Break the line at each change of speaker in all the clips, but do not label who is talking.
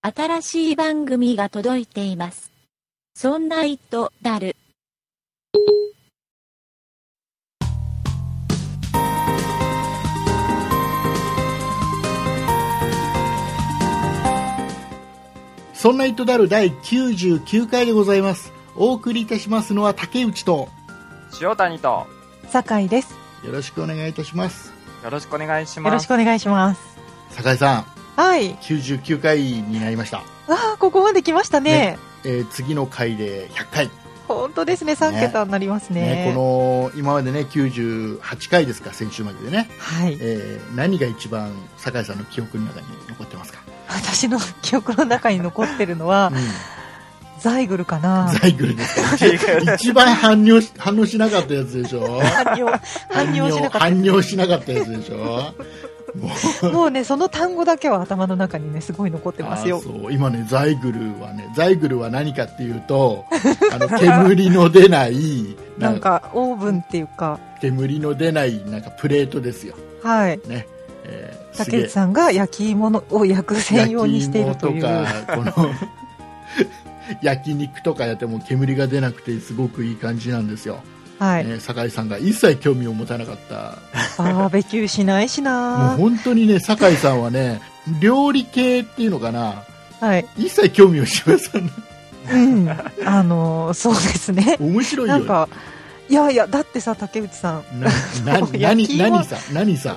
新しい番組が届いています。そんな糸だる。
そんな糸である第99回でございます。お送りいたしますのは竹内と、
塩谷と
酒井です。
よろしくお願いいたします。
よろしくお願いし
よ
ま
ろし
す
くお願いします。
酒井さん、
はい。
99回になりました。
ああ、ここまで来ましたね。
ねえー次の回で100回。
本当ですね。3桁になりますね。
ねこの、今までね、98回ですか、先週まででね。
はい。
えー何が一番酒井さんの記憶の中に残ってますか、
私の 記憶の中に残ってるのは
う、ん
ザイグルかな。
ザイグルですか 一番反応し反応しなかったやつでしょ
反応、 反応しなかった。
反応しなかったやつでしょもう
もうね、その単語だけは頭の中にね、すごい残ってます
あ
よ
ー。そう今ねザイグルはねザイグルは何かっていう とあの煙の出ない
なんか、オーブンっていうか、
煙の出ないなんかプレートですよ
はい。
ね、えーすげ
竹
え
内さんが焼き芋のを焼く専用にしているという。
焼き芋とかこの 焼肉とかやっても煙が出なくてすごくいい感じなんですよ、
はい。
ね、酒井さんが一切興味を持たなかった
バーベキューしないし
もう
な。
本当にね酒井さんはね料理系っていうのかな
はい。
一切興味を示さない
うん。あのー、そうですね。
面白いよ
なんか、いやいや、だってさ、竹内さん、
な何
焼き
何
芋
何さ何さ、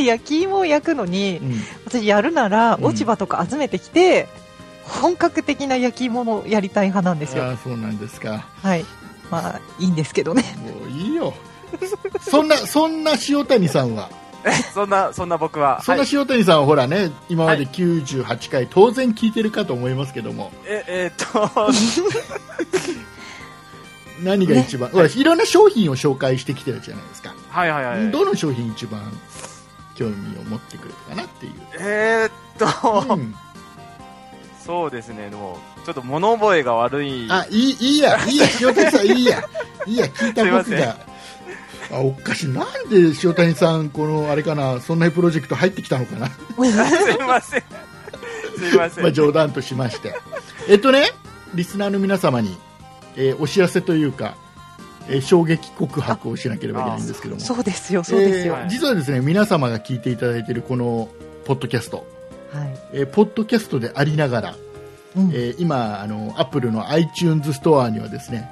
焼き芋を焼くのに
う、ん、
私やるなら、
うん
落ち葉とか集めてきて、本格的な焼き芋をやりたい派なんです
あ
よ。
あそうなんですか
はい。まあ、いいんですけどね。
もういいよそんなそんな塩谷さんは、
そんなそんな僕は
そんな
はい、
塩谷さんはほらね今まで
は
98回当然聞いてるかと思いますけども
ええーっと
何が一番、ほらいろんな商品を紹介してきてるじゃないですか、
はいはいはい
どの商品一番興味を持ってくれるかなっていう、
えーっと、
うん
そうですねでもちょっと物覚えが悪い
あいいいいやいいや塩谷さんいいやいいや聞いた僕
すいません
があおかしいなんで塩谷さんこのあれかなそんなプロジェクト入ってきたのかな
すいませんすいません、
まあ、冗談としまして、えっとね、リスナーの皆様に、えーお知らせというか、えー衝撃告白をしなければいけないんですけども、
そうですよ、そうですよ。
えー実はですね、皆様が聞いていただいているこのポッドキャスト、
はい。
えーポッドキャストでありながら、
うん
えー今あの、アップルの iTunes ストアにはですね、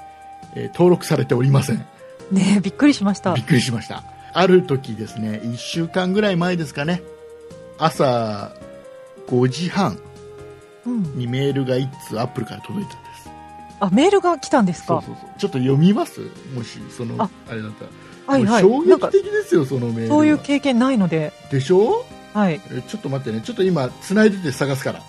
えー登録されておりません。
ねえ、びっくりしました
び。っくりしました。ある時ですね、1週間ぐらい前ですかね、朝5時半
うん。
にメールが1通アップルから届いたんです。
あ、メールが来たんです
そう
か
そうそうちょっと読みますもしそのあ
あ
れだったら、
はいはい。
もう
な
衝
ん
撃
か、
的ですよそのメールは
そういう経験ないので、
でしょ
はい。
えちょっと待ってねちょっと今繋いでて探すから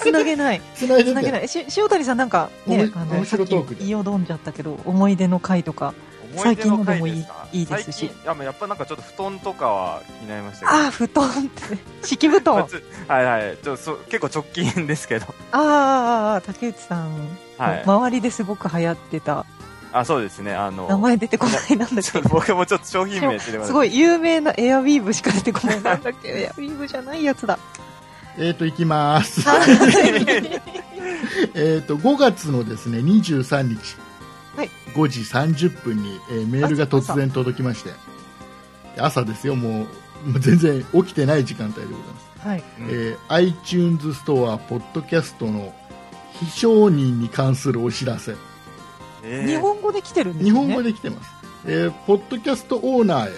つなげない。
繋いで
つなげ
て
ない。し塩谷さんなんか
お
ね
も、
あ
面
の、さ
白
っ
トークで
き言いよどんじゃったけど、思い出の回とか、
思い出の回
最近のでもい
で
い
すか
いいですし
最近いやもうやっぱなんかちょっと布団とかは気になりましたけど
ああ、布団って、敷布団。
ま
あ
あつはいはいちょっとそ結構直近ですけど
あああ、ああ竹内さん、
はい
周りですごく流行ってた、
あそうですねあの
名前出てこないなんだっ
ちょ
け
っと僕もちょっと商品名知れません
すごい有名なエアウィーブしか出てこない。なんだっけ、エアウィーブじゃないやつだ。
えっ、と行きますえっと5月のですね23日、
はい
5時30分に、えーメールが突然届きまして朝ですよもうもう全然起きてない時間帯でございます、
はい。
うん
えー iTunes ストアポッドキャストの非承認に関するお知らせ
えー
日本語で来てるんです
日
ね。
本語で来てます、えーポッドキャストオーナーへ、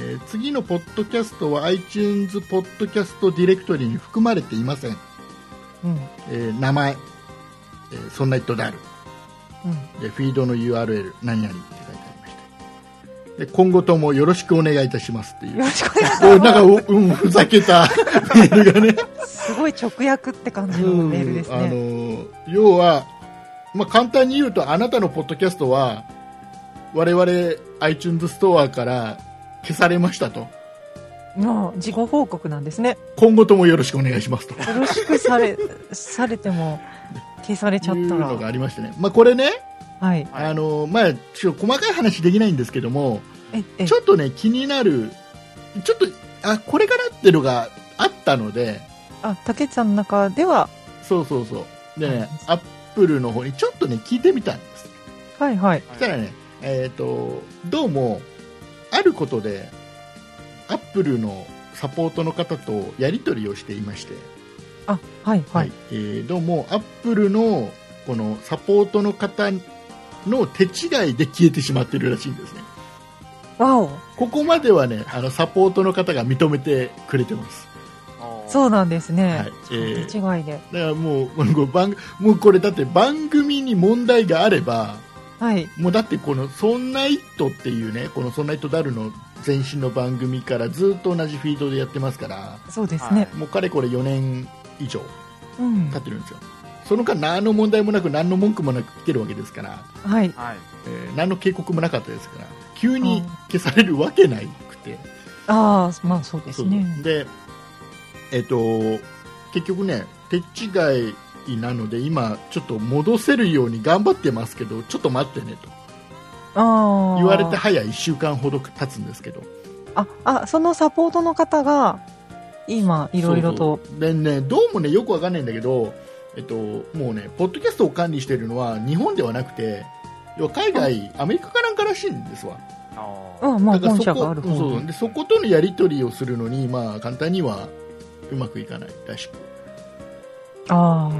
えー次のポッドキャストは iTunes ポッドキャストディレクトリに含まれていません、
うん。うん。
えー名前、えーそんな人であるでフィードの URL 何々って書いてありましたで今後ともよろしくお願いいたしますって いう
よろしくお願いし
おなんかお、うん、ふざけたメールがね
ます。すごい直訳って感じのメールです
うんあ
ね。
の要は、まあ、簡単に言うとあなたのポッドキャストは我々 iTunes ストアから消されましたと
の、事後報告なんですね。
今後ともよろしくお願いしますと
よろしくさ れ、されても、消されちゃっ
いう
た
のが
ら。
ありましてね、まあ、これね、
はい。
はい
あのまあ、ちょっと細かい話できないんですけども
え、え
ち、ょっとね気になるちょっとあこれかなっていうのがあったので
あ、竹内さんの中では、
そうそうそうで
は
ね
い
アップルの方にちょっとね聞いてみたんです
はいはい。
そしたらねえっ、とどうもあることでアップルのサポートの方とやり取りをしていまして、
あ、はいは
はいい。えーどうもアップルのこのサポートの方の手違いで消えてしまっているらしいんですね
わお、
ここまではねあのサポートの方が認めてくれてます、
う
そうなんですね。
はいえー
手違いで。
だからもうこの番もうこれだって番組に問題があれば
はい。
もうだってこの「そんなイット!」っていうねこの「そんなイットダル」の前身の番組からずっと同じフィードでやってますから
そうですね。
はい
もうかれこれ4年以上
うん
経。ってるんですよその間何の問題もなく何の文句もなく来てるわけですから、
はい。
はい
えー何の警告もなかったですから急に消されるわけないくて、
ああ、まあそうですね。
そうでえっ、と結局ね手違いなので今ちょっと戻せるように頑張ってますけどちょっと待ってねと
ああ。
言われて早1週間ほど経つんですけど
あ、あ、そのサポートの方が、今、いろいろと。
そうそうでねどうもねよくわかんないんだけどえっともうねポッドキャストを管理してるのは日本ではなくて要は海外アメリカかなんからしいんですわ
あ
う
ー
ん、まあ
だから
本社
そ
があ
こ
る
うんそ
方
う
に。
でそことのやり取りをするのにまあ簡単にはうまくいかないらしく
あ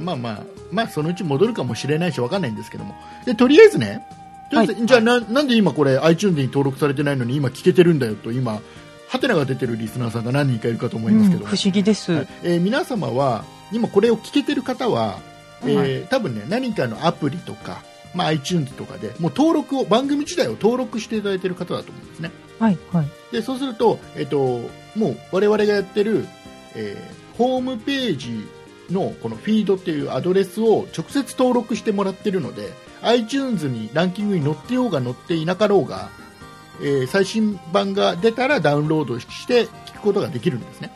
まあまあ、まあそのうち戻るかもしれないし、わかんないんですけども。で、とりあえずね、とりあえず、じゃあな、なんで今これ iTunes に登録されてないのに今聞けてるんだよと、今、ハテナが出てるリスナーさんが何人かいるかと
あ。
思
う
います
ん
けども、
不思議です。
はいえー皆様は、今これを聞けてる方は、えー
は
多分ね、何かのアプリとか、まあ、iTunes とかで、もう登録を、番組自体を登録していただいてる方だと思うんですね。
はい、はい。
でそうすると、えっと、もう我々がやってる、えーホームページのこのフィードっていうアドレスを直接登録してもらってるので iTunes にランキングに載ってようが載っていなかろうが、えー最新版が出たらダウンロードして聞くことができるんですね。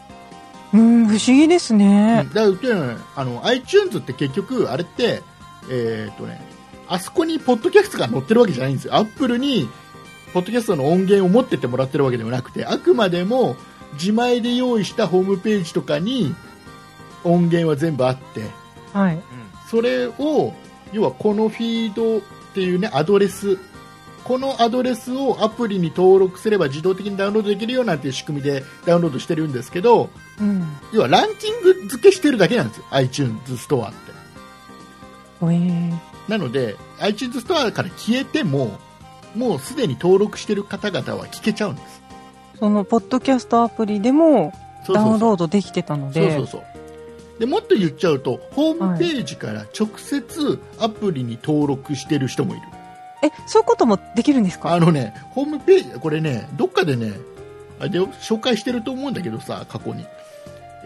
うん、不思議です
うん
ね。
だからっていうのはあの iTunes って結局あれって、えーっとね、あそこにポッドキャストが載ってるわけじゃないんですよ。Apple にポッドキャストの音源を持ってってもらってるわけではなくて、あくまでも自前で用意したホームページとかに音源は全部あって、
はい。
それを、要はこのフィードっていうね、アドレス、このアドレスをアプリに登録すれば自動的にダウンロードできるよなんていう仕組みでダウンロードしてるんですけど、
うん。
要はランキング付けしてるだけなんですよ iTunes ストアって
ほえー。
なので iTunes ストアから消えてももうすでに登録してる方々は聞けちゃうんです
その、ポッドキャストアプリでも、
そう
ダ
そ
ウ
う
ン
そう
ロードできてたの
そうそ
で
う、そうでもっと言っちゃうとホームページから直接アプリに登録してる人もいる、
え、そういうこともできるんです
あ
か
のねホームページこれねどっかでねあれだよ紹介してると思うんだけどさ過去に、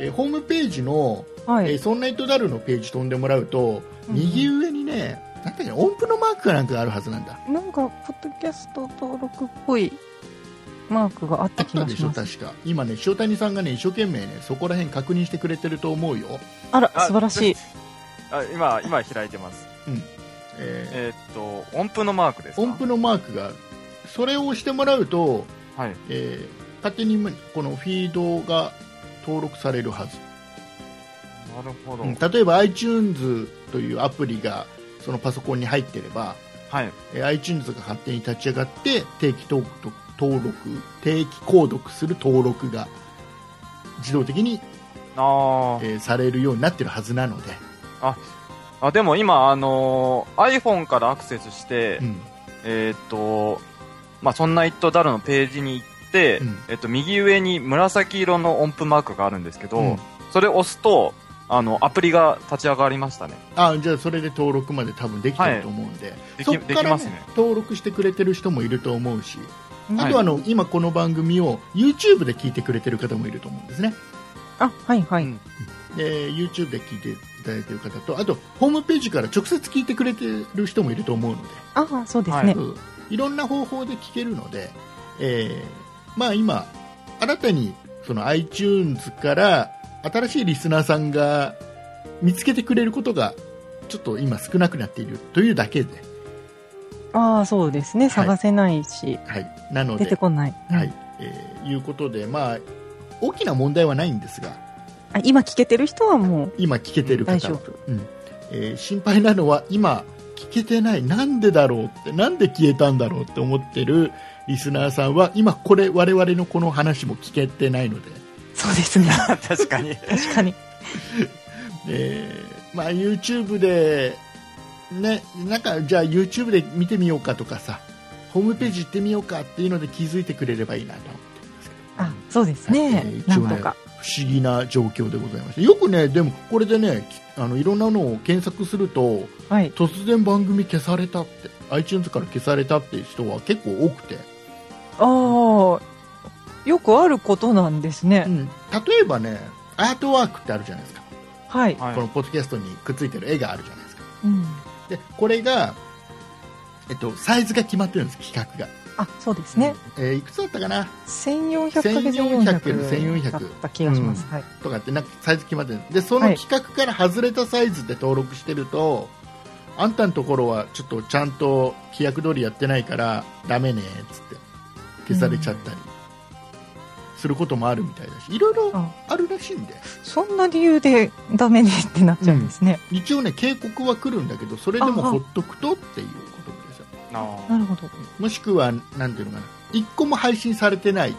えーホームページの
は
えー
い。
そんな糸だるのページ飛んでもらうと、
うん
右上にね、なんだっけ、音符のマークかなんかがあるはずなんだ。
なんか、ポッドキャスト登録っぽいマークがあっ
あ
た
っ
気
た
が
で
し
しょ、
ます。
確か。今ね、塩谷さんがね、一生懸命ね、そこら辺確認してくれてると思うよ。
あら、素晴らしい。
あ今今開いてます
え
えーっと音符のマークです
ー
か
音符のマークがある。それを押してもらうと、
はい
えー勝手にこのフィードが登録されるはず。
なるほど、
うん例えば iTunes というアプリが、そのパソコンに入ってれば、
はい
えー iTunes が勝手に立ち上がって定期登録登録定期購読する登録が自動的に、
あー
えーされるようになってるはずなので、
あでも今あのー iPhone からアクセスして、
うん
えーっとまあそんな「イットダルのページに行って、
うん
えっと右上に紫色の音符マークがあるんですけど、
うん
それを押すとあのアプリが立ち上がりましたね
あじゃあそれで登録まで多分できてると思うんで、
でき
そっ
で
か
き
ら、
ま
ね
すね
登録してくれてる人もいると思うし、
うん
あとはあの今この番組を YouTube で聞いてくれてる方もいると思うんですね
あ、はいは
う
い
ん。
で YouTube で聞いていただいてる方とあとホームページから直接聞いてくれてる人もいると思うので
ああ、そうですね
う。んいろんな方法で聞けるので、えーまあ、今、新たにその iTunes から新しいリスナーさんが見つけてくれることがちょっと今少なくなっているというだけで、
ああ、そうですね。
い
探せないし、
はい、なの
出
で
て、こない。
はいえーいうことで、まあ、大きな問題はないんですが、
あ今聞けてる人はもう
今聞けてる方は
大丈夫。
えー心配なのは今聞けてないなんでだろうってなんで消えたんだろうって思ってるリスナーさんは今これ我々のこの話も聞けてないので、
そうで すね。
確かに。
確かに。
えーまあ、YouTube でねなんかじゃあ YouTube で見てみようかとかさホームページ行ってみようかっていうので気づいてくれればいいなと思ってますけど
あ、そうですね
はい。
なんとか。
不思議な状況でございましたよくねでもこれでねきあのいろんなのを検索すると
はい。
突然番組消されたって iTunes から消されたっていう人は結構多くて、
ああ、よくあることなんです
う
ね。
ん、例えばねアートワークってあるじゃないですか、
はい。
はい
このポッドキャストにくっついてる絵があるじゃないですか
うん。
でこれが、えっと、サイズが決まってるんです企画が、
あ、そうですね。
えーいくつだったかな
1400かけ1400
1400
だった気がします。はい。
とかってなんかサイズ決まってるでその
はい
企画から外れたサイズで登録してると、あんたのところはちょっとちゃんと規約通りやってないからダメねっつって消されちゃったりすることもあるみたいだしいろいろ
あ
あるらしいんで
そんな理由でダメねってなっちゃうんですね。
一応ね警告は来るんだけどそれでも
ああ
ほっとくとっていうことですよ
あ
なるほど。
もしくはなんていうのかな一個も配信されてない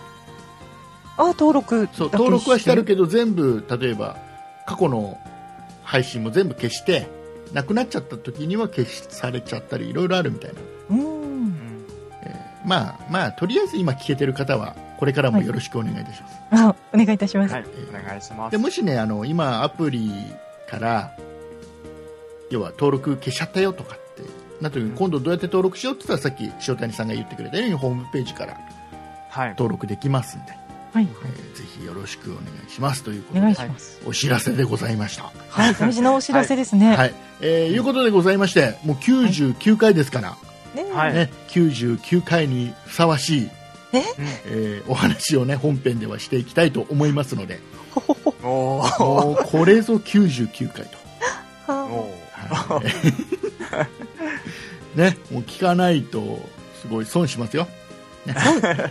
あ、登録だけ
そう登録はしてある
け
けど全部例えば過去の配信も全部消してなくなっちゃった時には消しされちゃったりいろいろあるみたいな、
ど。うん
ーう。ん
えーまあまあとりあえず今聞けてる方はこれからもよろしくお願いいたします、
あ、お願いいたします。
はい。お願いします
で。もしねあの今アプリから要は登録消しちゃったよとかってなった時に今度どうやって登録しようって言ったらさっき塩谷さんが言ってくれたようにホームページから
はい。
登録できますんで、
は
え
い。
ーぜひよろしくお願いしますというこ
お
と
願い
で
します。
お知らせでございました
はい。大事なお知らせですね。
はい、えーいうことでございまして、もう99回ですから、
ね
は
ね、99回にふさわしい、
え
えーお話をね、本編ではしていきたいと思いますので、
おー
もうこれぞ99回と。
は
お
はいね、もう聞かないと、すごい損しますよ。
い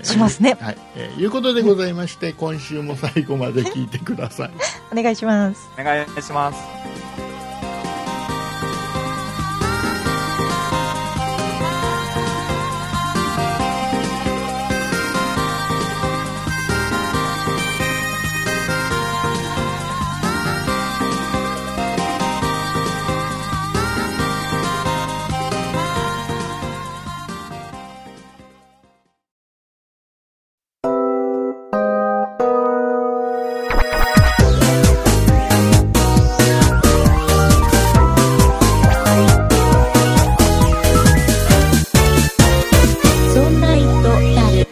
します ね。
はい、えーいうことでございまして、今週も最後まで聞いてくださ い。
お願いします。
ーお願いします。
そんな糸だる。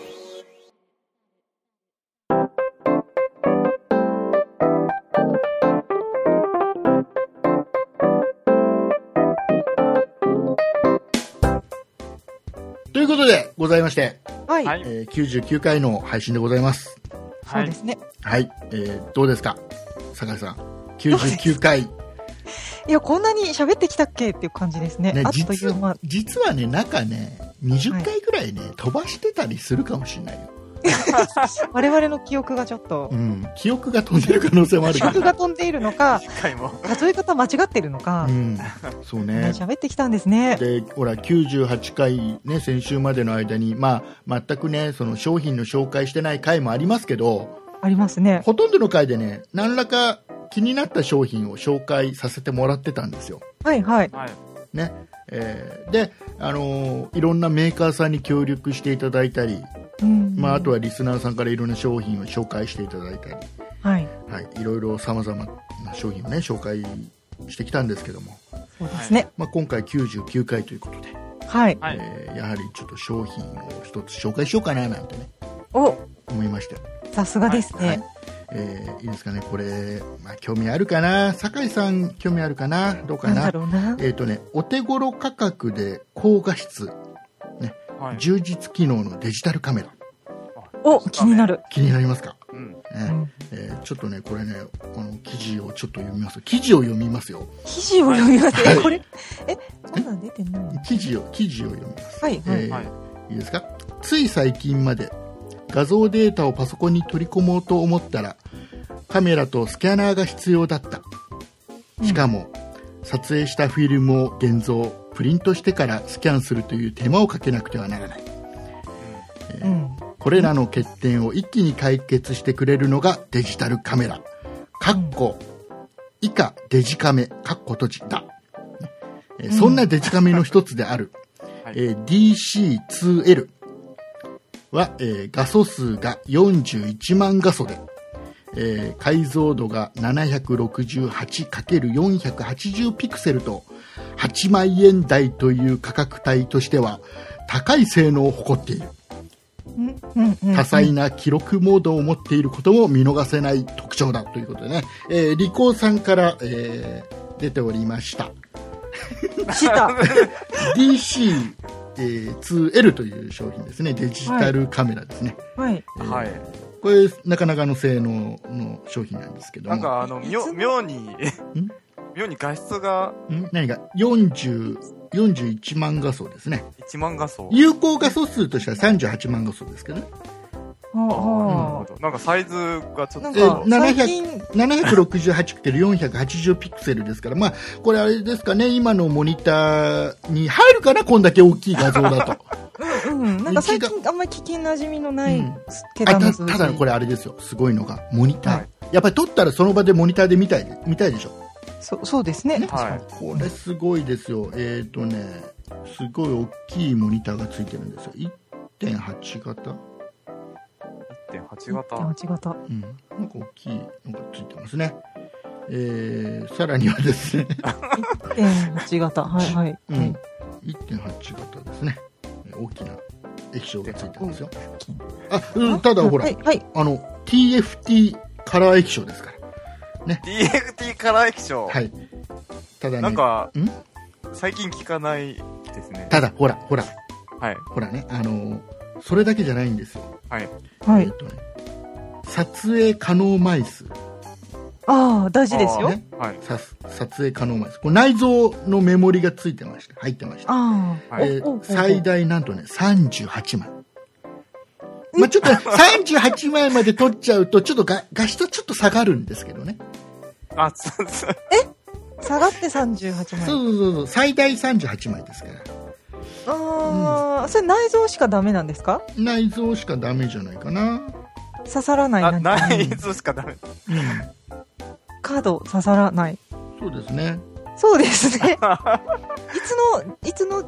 ということでございまして、
はい。
はい。
えー99回の配信でございます。
そうですね。
はい、えー、どうですか、酒井さん、99回、
いや、こんなに喋ってきたっけっていう感じですね。
ね
あっとい
実
う間
は。実はね、中ね、20回ぐらいね、飛ばしてたりするかもしれないよ、
我々の記憶がちょっと
う、ん、記憶が飛んでる可能性もある
記
け
憶
ど、
が飛んでいるのか、
一回も。
数え方間違ってるのか
う、ん、そうね。
喋ってきたんですね。
でほら98回、ね、先週までの間に、まあ、全く、ね、その商品の紹介してない回もありますけど
ありますね。
ほとんどの回で、ね、何らか気になった商品を紹介させてもらってたんですよ。
はいはい。
はい。
ねえーで、あのーいろんなメーカーさんに協力していただいたり、
うん
まあ、あとはリスナーさんからいろんな商品を紹介していただいたり、
はい。
はい、いろいろさまざまな商品を、ね、紹介してきたんですけども、
そうですね。
まあ、今回99回ということで、
はい。
はい。
えーやはりちょっと商品を一つ紹介しようかななんてね
お、
思いまして、
さすがです
はい
ね。
えーいいですかねこれ、まあ、興味あるかな酒井さん興味あるかなどうか
なんだ
な
ろうな。
えっ、とねお手頃価格で高画質
はい。
充実機能のデジタルカメラ
お、気にな。る。
気になりますか、
うん。
ね
うん
えーちょっとね、これね、この記事をちょっと読みます。記事を読みますよ。
記事を読みます。
はい
え、これ、え、そんなん出てないの
記事を、記事を読みます。
はいはい。
えー
はい
いいですかつい最近まで画像データをパソコンに取り込もうと思ったら、カメラとスキャナーが必要だったしかも、撮影したフィルムを現像プリントしてからスキャンするという手間をかけなくてはならない
うん。
これらの欠点を一気に解決してくれるのがデジタルカメラ。かっこ、以下デジカメ、かっこ閉じた。えー
うん
そんなデジカメの一つである、
はい
えー DC2L は、えー画素数が41万画素で、えー解像度が 768×480 ピクセルと8万円台という価格帯としては高い性能を誇っている。
うんうんうん。
多彩な記録モードを持っていることも見逃せない特徴だということでね、えー、リコーさんから、えー出ておりました。
した。
DC2L、えー 2L という商品ですね。デジタルカメラですね。
はい。
はい。
これ、なかなかの性能の商品なんですけども。
なんか、あの、
いつ
妙妙
も
に、妙に画質が
ん何か、40、41万画素ですね。
1万画素。
有効画素数としては38万画素ですけどね。
あ
あ
ーなんかサイズがち
あ。
ょ
な
っ
ん
と、
か
え、700
最近、
768×480 ピクセルですから、まあ、これあれですかね、今のモニターに入るからこんだけ大きい画像だと。
うん、なんか最近あんまり聞き馴染みのな
う
い
ん
毛
あ
玉
た
数字
ただこれあれですよ、すごいのが、モニター。
は
やっぱり撮ったらその場でモニターで見たい、見たいでしょ。
そう、そうですね。
はい。
これすごいですよ。えっ、ー、とね、すごい大きいモニターがついてるんですよ。1.8型
1.8型。
違った。
うん。なんか大きいのがついてますね。えー、さらにはですね、
ええ、違った。はいはい。
う
はい
ん、1.8型ですねえ大きな液晶がついてますよあ、うん、ただほら、
はいはい。
あの TFT カラー液晶ですから
DFT カラー液晶。
はいただね
なんか
ん、
最近聞かないですね。
ただほらほら
はい。
ほらねあのーそれだけじゃないんですよ、
は
えっ
い。
とね撮影可能枚数
ああ、大事ですよ
あ。
はい。
さ撮影可能枚数これ内蔵のメモリがついてました入ってました
ああ。
は
え
い
ー
おおお
最大なんとね38枚、まあ、ちょっとね 38枚まで取っちゃうとちょっとが画質はちょっと下がるんですけどね、
あ、そうそう。
下がって三十八
そ
枚。
うそうそうそう最大38枚ですから
ああ、それ内臓しかダメなんですか？
内蔵しかダメじゃないかな、
刺さらない
あ、
なんて。
ない図しかダメ。
うん、
角刺さらない。
そうですね
そうです ね。いつのいつの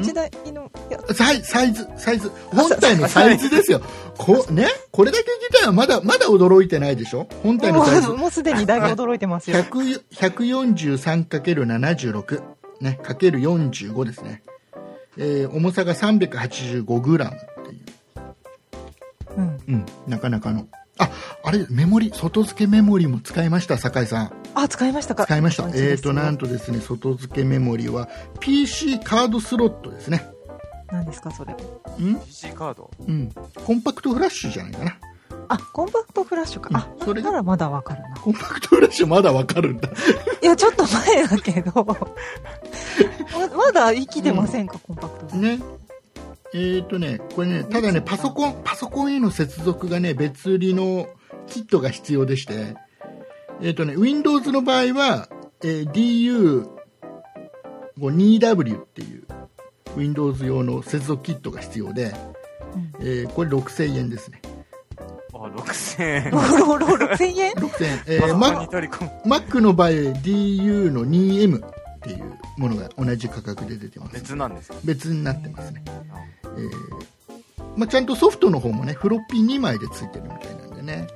時代のいや
サイサイズサイズ本体のサイズですよこ,、ね、これだけ自体はまだまだ驚いてないでしょ本体のサイズ
もうもうすでにだいぶ驚いてますよ。
100 143×76、ね、かける45ですね、えー重さが 385g っていう、
うん。
うん、なかなかのああれメモリ外付けメモリも使いました酒井さん
あ、使いましたか。
使いました
大事
え
で
っ、
す
となんとですね外付けメモリは PC カードスロットですね
何ですかそれ。
ん
PC カード。
うんコンパクトフラッシュじゃないかな
あ、コンパクトフラッシュか。あ
うん、それが
ならまだわかるな。
コンパクトフラッシュまだわかるんだ
いや、ちょっと前だけど。ま まだ生きてませんか、コンパクト。
ねえっ、とねこれねただねパソコンパソコンへの接続がね別売りのキットが必要でしてえっ、とね Windows の場合は、えー DU2W っていう Windows 用の接続キットが必要で、
うん
えーこれ6000円ですね
あ、6000円
ロ。ールロールロール1000円
6000円、え
パ
ー
ソコン
マ
に取り込む。
Mac の場合 DU の 2M っていうものが同じ価格で出てます
別なんですよ。
別になってますねえーまあ、ちゃんとソフトの方もねフロッピー2枚で付いてるみたいなんでね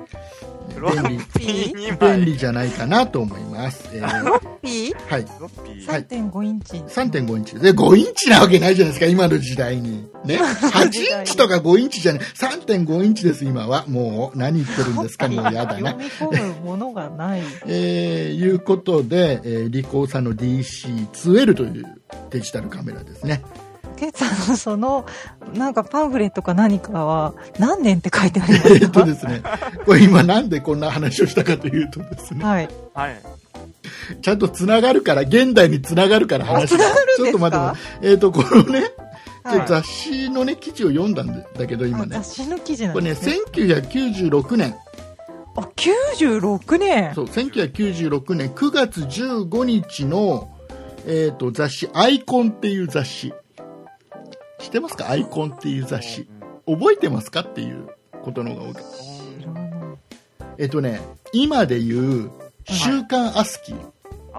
フロ
便利
ッピー2
便
枚。
利じゃないかなと思います、えー
ピー
はい、
フロッピー。
はい
?3.5 インチ。
3.5インチで5インチなわけないじゃないですか今の時代に ね8インチとか5インチじゃない3.5インチです今はもう何言ってるん ですかもうやだな
読み込むものがない。
えーいうことで、えー、リコーさんの DC2L というデジタルカメラですね。
ケイさんのその、なんかパンフレットか何かは、何年って書いてありま
えー
す
っ と
か
ですね、これ今なんでこんな話をしたかというとですね、
はい。
はい。
ちゃんとつながるから、現代につながるから話が
あ繋がるんですか
ちょっと待って待って。えっ、と、このね、
はい
雑誌のね、記事を読んだんだけど、今
あ
ね
雑。誌の記事な
こ
ん
れね、
ですね。
1996年、
あ、96年。
そう1996年9月15日の、えー、と雑誌「アイコン」っていう雑誌知ってますか「アイコン」っていう雑誌覚えてますかっていうことの方が多いえっ、とね今で言う「週刊アスキー」
あ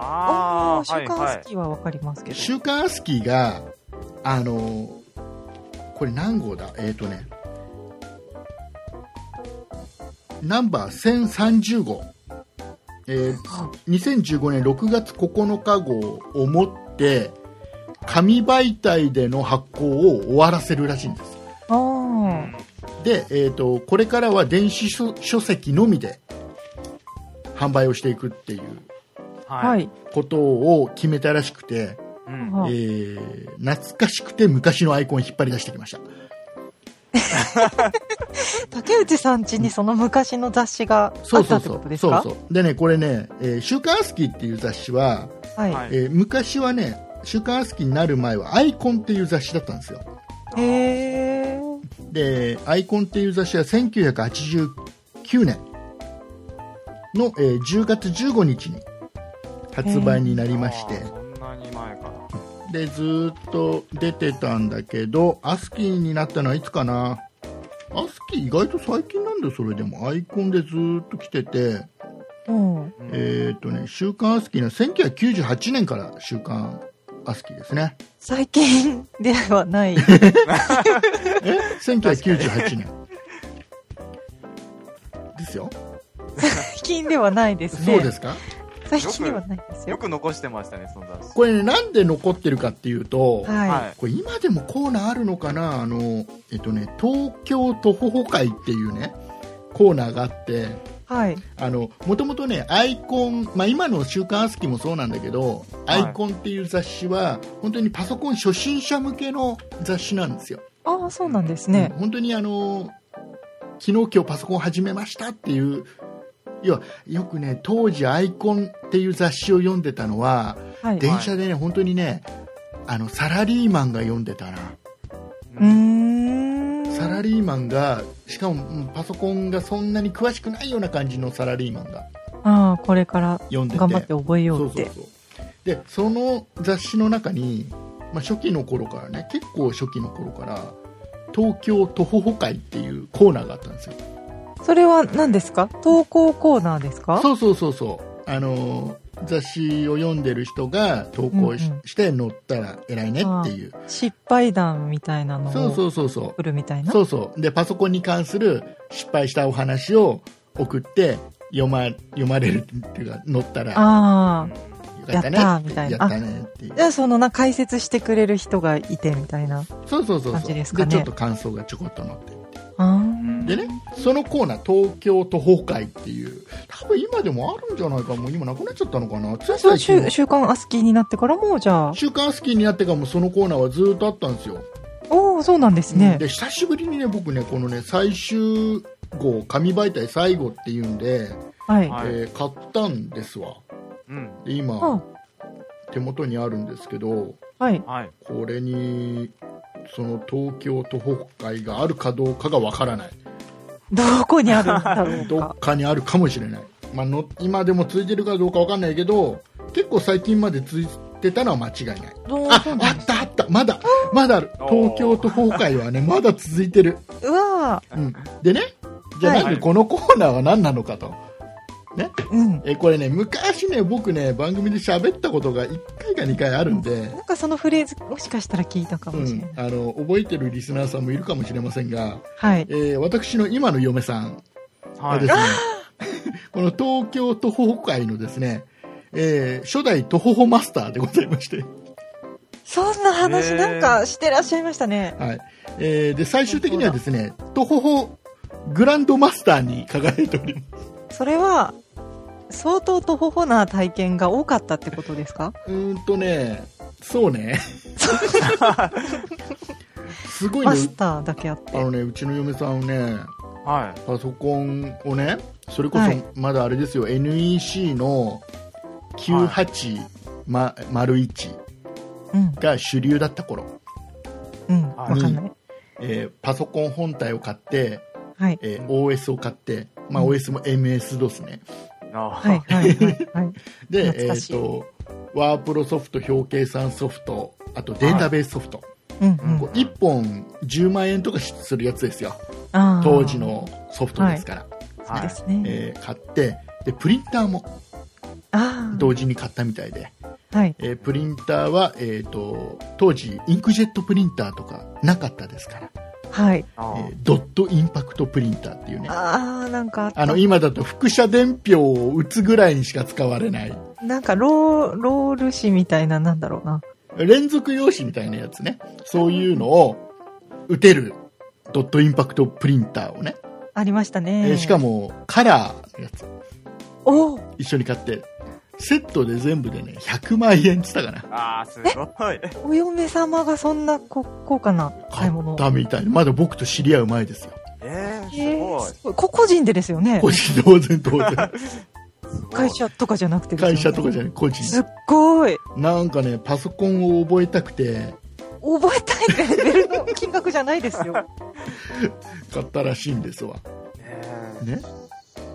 あ
あ、
あ、は
週
い
刊
は
好きはわかりますけど。
週刊アスキーがあのこれ何号だえっ、とねナンバー1030号、えー2015年6月9日号をもって紙媒体での発行を終わらせるらしいんです
い。
ああ、
で、えー、とこれからは電子書書籍のみで販売をしていくっていう
は
はい。
い。
ことを決めたらしくて、
うん
は
えー懐かしくて昔のアイコン引っ張り出してきました
竹内さん家にその昔の雑誌があ
そう
った
そうそ
ってこ
う
とです
そう
か
そうでねこれね「えー週刊アスキー」っていう雑誌は、
は
はい
えー昔はね「週刊アスキー」になる前は「アイコン」っていう雑誌だったんですよ
い。へえ。
で「アイコン」っていう雑誌は1989年の、えー10月15日に発売になりまして、
あーそんなに前から。
でずーっと出てたんだけどアスキーになったのはいつかなアスキー意外と最近なんだよそれでもアイコンでずーっと来てて
うん。
うん
えーっとね「週刊アスキー」の1998年から「週刊アスキー」ですね
最近では ない。
え1998年ですよ、
最近ではないですね。
そうですか
最近ではないです
よ
よ。
く残してましたね、その雑誌。
これねなんで残ってるかっていうと、
は
はい。
これ今でもコーナーあるのかなあのえっとね東京徒歩歩会っていうねコーナーがあって
い。はい。
あのもともとねアイコン、まあ、今の「週刊アスキー」もそうなんだけど「
はい
アイコン」っていう雑誌は本当にパソコン初心者向けの雑誌なんですよ、
ああ、そうなんですね
う。ん本当にあの昨日今日パソコン始めましたっていう要はよくね当時「アイコン」っていう雑誌を読んでたのは
はい。う
電車でね本当にねあのサラリーマンが読んでたな
ーん。
サラリーマンがしかもうんパソコンがそんなに詳しくないような感じのサラリーマンが
ああ、これから
読んでて
頑張って覚えよ
そうう
っ
そう
て。
そうでその雑誌の中に、まあ、初期の頃からね結構初期の頃から東京徒歩歩会っていうコーナーがあったんですよ
それは何ですか投稿コーナーですか
そうそうそうそうあのー雑誌を読んでる人が投稿し,、
うんうん
て乗ったら偉いねっていう
失敗談みたいなの
そうそ
を
うそうそう
送るみたいな。
そうそうでパソコンに関する失敗したお話を送って読ま読まれるっていうか乗ったらよ
ああ。
かったね
やったみたいな
やったねっていう
じゃあ、そのな、解説してくれる人がいてみたいな。
そうそうそう
感
そう
じですかね
ちょっと感想がちょこっと載って
あ
うん
でね、そのコーナー、東京都崩壊っていう、多分今でもあるんじゃないか、もう今なくなっちゃったのかな、つい
あ。そ
最
の
近
週、、週刊アスキーになってからも、じゃあ、
週刊アスキーになってからもそのコーナーはずっとあったんですよ。
おおそうなんですね。
で、久しぶりにね、僕ね、このね、最終号、紙媒体最後っていうんで、
はい。
はい
えー買ったんですわ。
うん。
で、今、
あ
手元にあるんですけど、
はい。
はい。
これに、その東京都崩壊があるかどうかがわからない。
どこにあるんだろう
ど
か
っ。かにあるかもしれない、まあ、の今でも続いてるかどうかわかんないけど結構最近まで続いてたのは間違いない
どう
あ
そう
あ
なん
っ
です
たあったまだまだある
おー
東京都崩壊はねまだ続いてる、
うわ
うん、でねじゃあ
はい
なんでこのコーナーは何なのかと、
ーうん。
えこれね昔ね僕ね番組で喋ったことが1回か2回あるんで、
なんかそのフレーズ、もしかしたら聞いたか
う
もしれない
ん。、あの覚えてるリスナーさんもいるかもしれませんが、
はい
え。ー私の今の嫁さん
は
で
い
す。ね、 この東京徒歩会のですね、えー初代徒歩マスターでございまして、
そんな話
ねえ
なんかしてらっしゃいましたね。
はいえーで最終的にはですね徒歩グランドマスターに輝いております
それは、相当とほほな体験が多かったってことですか
うーんとねそうねすごい
マ
ね
スターだけあっ
あ
て。
のねうちの嫁さんね
は
パソコンをねそれこ
は
そ
い
まだあれですよ、NEC の9801、ま丸一
うん、
が主流だった頃
うん、わ
はい
かんない。
えーパソコン本体を買って、
はい。
えー OS を買ってまあ、OS も MS-DOS ね。
あ
はい、はい、はいはい。
で、え
懐か
っ
しい
と、ワープロソフト、表計算ソフト、あとデータベースソフト。
うん
うん
こう1本10万円とかするやつですよ。
あー
当時。のソフトですから。
そう
は
で
い。
すね。
えー買って、で、プリンターも
ああ。
同時に買ったみたいで。
はい。
えープリンターは、えっ、と、当時、インクジェットプリンターとかなかったですから、
はい。
あ
え
ー
ードットインパクトプリンターっていうね。
ああ、なんかあった
あの、今だと副写伝票を打つぐらいにしか使われない。
なんかロー、ロール紙みたいな、なんだろうな。
連続用紙みたいなやつね。そういうのを打てるドットインパクトプリンターをね。
ありました
え
ね。
ーしか
も。
も、カラーのやつ、
おー
一緒に買って、セットで全部でね、100万円ってったかな。
あー、すごい。
お嫁様がそんなこ高価な買
買
い物
っ
を。
たみたい。まだ僕と知り合う前ですよ。
えー、
え
すごい
ー、。すごいこ個人でですよね
個。人当然当 然。
すごい
会社とかじゃなくてですよね、
会社とかじゃない、個
す
人。
っごい。
なんかね、パソコンを覚えたくて、
覚えたいレベルの金額じゃないですよ。
買ったらしいんですわ。
え
ね。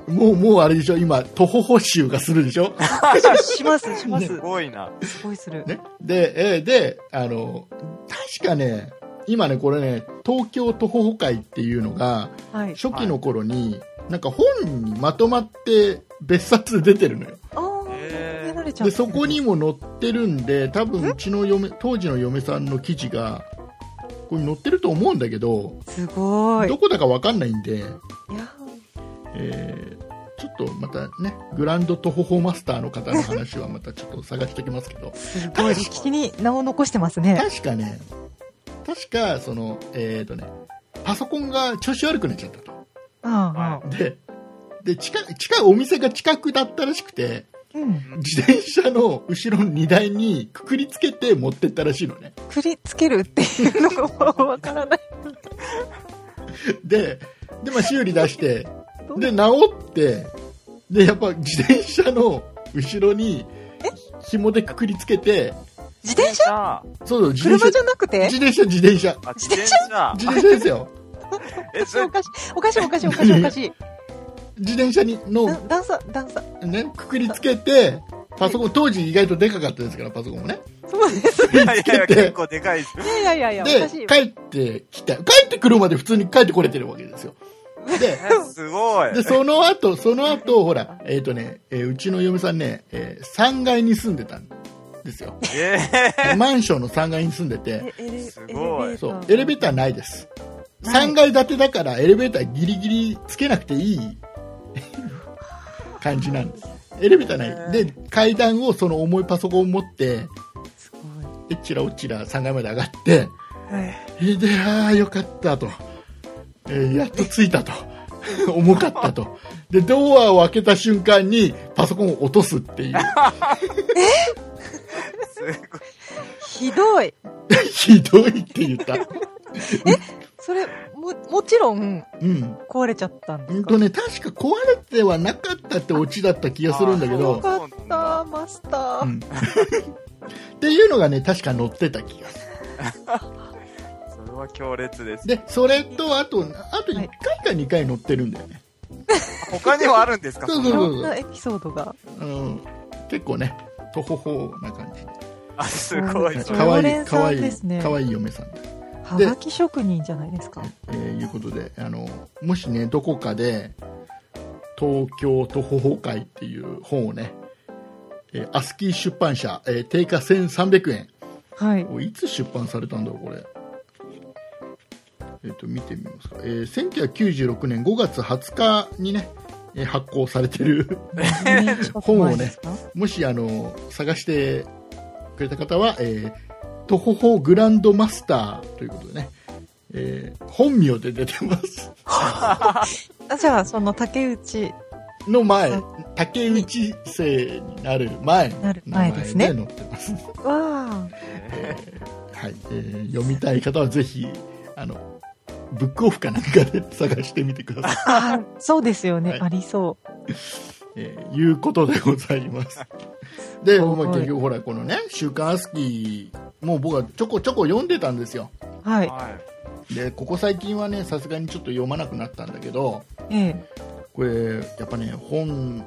もう、もうあれでしょ今、徒歩補修がするでしょ
します、しま
ー
す。
すごいな。
すごいする。
ね、で、えーで、あの、確かね、今ね、これね、東京徒歩会っていうのが、
はい。
初期の頃に、なんか本にまとまって別冊で出てるのよ。
ああ、
え
食べられちゃう。
で、そこにも載ってるんで、多分うちの嫁、当時の嫁さんの記事が、これ載ってると思うんだけど、
すごい。
どこだかわかんないんで、
いや
えーちょっとまたね、グランド徒歩法マスターの方の話はまたちょっと探しておきますけど、
すごい。歴史に名を残してますね。
確かね、確か、その、えっ、とね、パソコンが調子悪くなっちゃったと。
ああ、
で、で、近い、近いお店が近くだったらしくて、
うん。
自転車の後ろの荷台にくくりつけて持ってったらしいのね。
くりつけるっていうのがもうわからない。
で、で、まあ修理出して
ど、う
で、直って、で、やっぱ自転車の後ろに紐でくくりつけて、
自転車
車
そうそう、自転車
車じ、ゃなくて
自転車、自転車、
あ、自転車
自転車ですよ。
え、それ
お、かしい、おかしい、おかしい、おかしい、おかしい。
自転車にの
だ段差、段差。
ね、くくりつけて、パソコン、当時意外とでかかったですから、パソコンもね。
そうです。
いやいやいや、結構でかいです
いやいやいやいや、おかし
で、
い。
帰ってきた。帰ってくるまで普通に帰ってこれてるわけですよ。で、
えー すごい。
で、その後、その後、ほら、えっ、とね、えーうちの嫁さんね、え3階に住んでたんです よ。
え
マンションの3階に住んでて、
えエレ
すごい
そう、エレベ
ー
ーターないです。
ない
3階建てだからエレベーターギリギリつけなくてい い感じなんです。エレベーターない。で、階段をその重いパソコンを持って、
ター。すご
えっちらおっちら3階まで上がって、
い。はい。
えで、ああ、よかったと。えーやっと着いたと。 重かったと。で、ドアを開けた瞬間にパソコンを落とすっていう。
ーすごい。
ひどい。
ひどいって言った。
それ、も、もちろん、
うん。
壊れちゃったんで
う
す
ん
か
とね、確か壊れてはなかったってオチだった気がするんだけ
よ
ど、
かった、マスタ
う
ー。
ん。 っていうのがね、確か載ってた気がす
それは強烈です。
る。で、それと、あと、あと
は
1
い
回か2回載ってるんだよね。
他にもあるんですか
そう
い
そう
ろ
そ
ん
う
なエピソードが。
そう。うん。結構ね、とほほな感じ。
あ、すごい。
そう
かわい
常
い、
連
か
さ
わ
ん
い
で
い
すね、
かわいい嫁さんだ。
はがき職人じゃないですか。
えーいうことであのもしねどこかで「東京徒歩崩壊」っていう本をね、えーアスキー出版社、えー定価1300円
はい。
これいつ出版されたんだろうこれえっ、と見てみますか、えー1996年5月20日にねえー発行されてる
20年近く前ですか
もしあの探してくれた方は、えー、徒歩法グランドマスターということでね、えー本名で出てます
あじゃあ、その竹内、
の前
うん、
竹内生になる前
なる前ですね
名前で載ってます。
わ
えーはい、えー読みたい方はぜひ、あの、ブックオフかなんかで探してみてください。
あ、あそうですよね、
はい
ありそ
えーいうことでございます。で、
す
まあ
ごい
結局ほら、このね、週刊アスキー、もう僕はちょこちょこ読んでたんですよ。
う。はい。
は
で、ここ最近はね、さすがにちょっと読まなくなったんだけど、
ええ。
ここれやっぱね本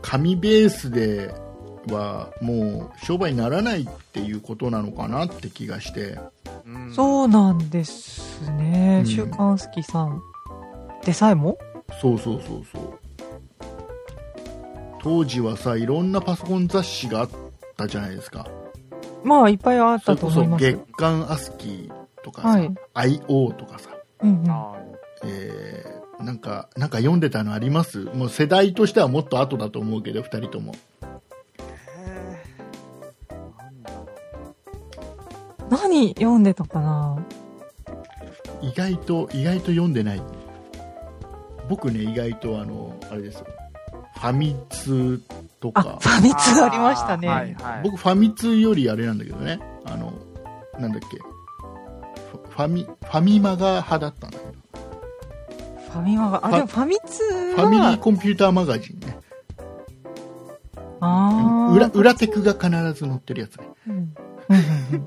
紙ベースではもう商売にならないっていうことなのかなって気がして
うん
そうなんです
う
ね。
ん
週刊好きさん。でさえも
そうそうそうそう当時はさいろんなパソコン雑誌があったじゃないですか
まあ、いっぱいあっ
そ
た
れ
と
こそ
思います。
月刊アスキーとかさ、
はい。
IO とかさ、
うんうん。
あー
えーなんかなんか読んでたのありますもう世代としてはもっと後だと思うけど2人とも
なんだろう
何読んでたかな
意外と意外と読んでない僕ね意外とあのあれですよファミ通と
あ、
か
ファミ通ありましたね。
あーはいはい、
僕ファミ通よりあれなんだけどねあのなんだっけファファミファミマガ派だったんだけど
ファミマが、あ、
ファ
でもファミ通
フ
は、
ァミリーコンピューターマガジンね
あー
裏裏テクが必ず載ってるやつね
うんうんうん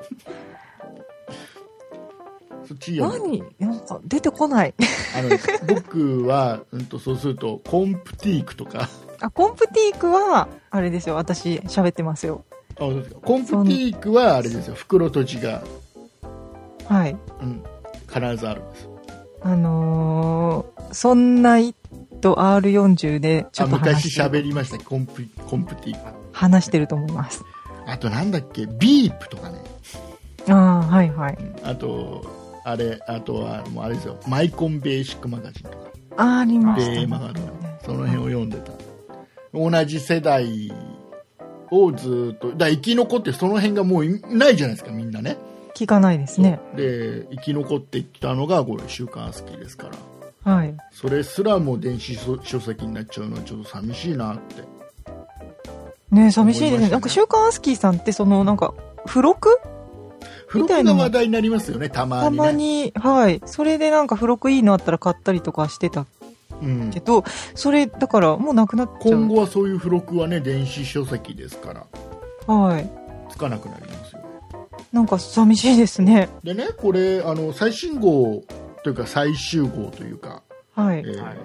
そっち
うん
読んで
何なんか出てこない。
あの僕は、うん、とそうするとコンプティークとか
あ、コンプティークは、あれですよ、私喋ってますよ。
あそうですかコンプティークはあれですよ袋とじが、
はい。
うん、必ずあるんです
あのー、そんなイット R40 でち
あ
ょっと話
昔
して
喋
る
りましたコンプコンプティーク
話してると思います。
あとなんだっけビープとかね
ああ、はいはい。
あとあれあとはもうあれですよマイコンベーシックマガジンとか
あーありました、
ベーマガとかその辺を読んでた同じ世代をずっとだから生き残ってその辺がもういないじゃないですかみんなね
聞かないですね。
で生き残ってきたのがこれ「週刊アスキー」ですから
はい。
それすらも電子書書籍になっちゃうのはちょっと寂しいなって
ね寂しいです
思いました
ね。
ね
なんか、週刊アスキーさんって、その、なんか、付録
付録の話題になりますよねたま
た
に、ね、
まに、はい。それでなんか、付録いいのあったら買ったりとかしてた
うん
け、ど、それ、だから、もうなくなっちゃ
今
う。
後はそういう付録はね電子書籍ですから
はい。
つかなくなりますよ
なんか、寂しいですね。
でねこれあの最新号というか最終号というか、
は
え
い。
ー
はい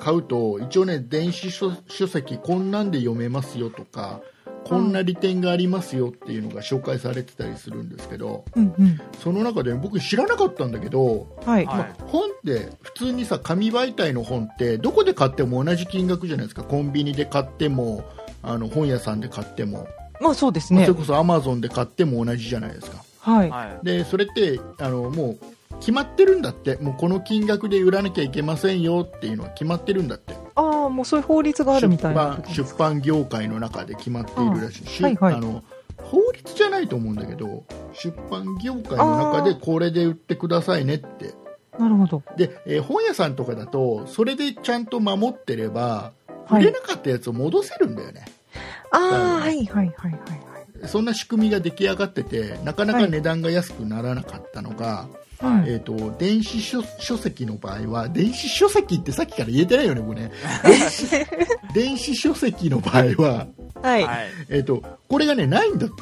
買うと一応ね電子書書籍こんなんで読めますよとかこんな利点がありますよっていうのが紹介されてたりするんですけど
うんうん。
その中で僕知らなかったんだけど
はい。
はい
本って普通にさ紙媒体の本ってどこで買っても同じ金額じゃないですかコンビニで買ってもあの本屋さんで買っても、
まあ、そうです
まあ
ね
それ。こそアマゾンで買っても同じじゃないですか
はい。
はい
でそれってあのもう決まってるんだってもうこの金額で売らなきゃいけませんよっていうのは決まってるんだって
ああ、もうそういう法律があるみたいな
出版。出版業界の中で決まっているらしいし、
はいはい
あの法律じゃないと思うんだけど出版業界の中でこれで売ってくださいねって
なるほど。
で、えー本屋さんとかだとそれでちゃんと守ってれば
は
売れ
い。
なかったやつを戻せるんだよね、
ああ
だ、
は
よ
いはいはいはいはい。
そんな仕組みが出来上がっててなかな
は
か
い
値段が安くならなかったのが、
はい
えー、と電子書書籍の場合は電子書籍ってさっきから言えてないよね僕ね電子電子書籍の場合は、
はい。
はい
えー、とこれがねないんだって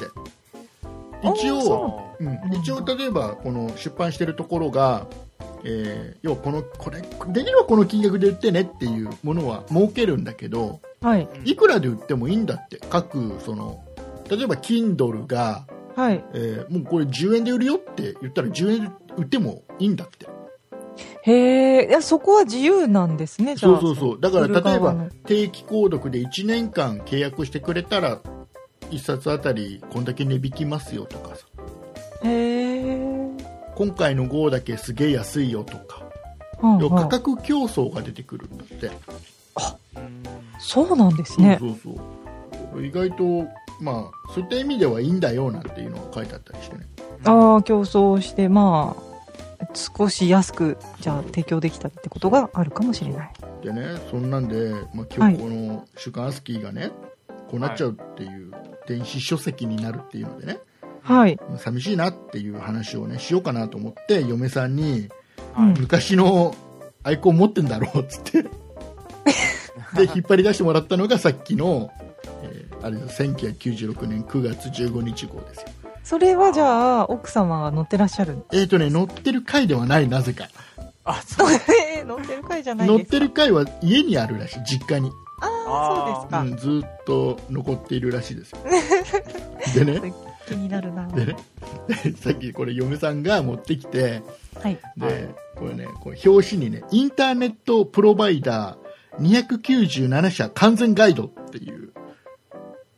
一
あー
応
そ
うん、一応例えばこの出版してるところが、えー要はこのこれできればこの金額で売ってねっていうものは設けるんだけど
はい。
う
いくらで売ってもいいんだって各その例えば Kindle が、
はい。
えーもうこれ10円で売るよって言ったら10円で売ってもいいんだって
へえ、いや、そこは自由なんですね、じゃ
そ
あ。
うそうそうだから
売る
例え
側
ば
の
定期購読で1年間契約してくれたら1冊あたりこんだけ値引きますよとかさ
へえ。うん
今回の号だけすげえ安いよとか要は価
うん
格競争が出てくるんだって、
うん
そうなんですね。
そうそうそう意外と、まあ、そういった意味ではいいんだよなんていうのが書いてあったりしてね
ああ、競争して、まあ、少し安く、じゃあ提供できたってことがあるかもしれない。
でねそんなんで、まあ、
は
今
い
日この「週刊アスキー」がねこうなっちゃうっていう、電子書籍になるっていうのでね
はい。
寂しいなっていう話をねしようかなと思って嫁さんに
うん
「昔のアイコン持ってんだろ」っつって で引っ張り出してもらったのがさっきの、えーあれです1996年9月15日号ですよ
それはじゃあ、奥様が乗ってらっしゃる。
えーとね、乗ってる回ではない、なぜか。
あ、そう。
えー乗ってる回じゃないです
乗
か。
ってる回は家にあるらしい実家に、
ああ、そうです
う
か。
ん、ずーっと残っているらしい ですよでね
気になるな。
でねさっきこれ嫁さんが持ってきて
はい。
で、
はい
これねこれ表紙にねインターネットプロバイダー297社完全ガイドっていう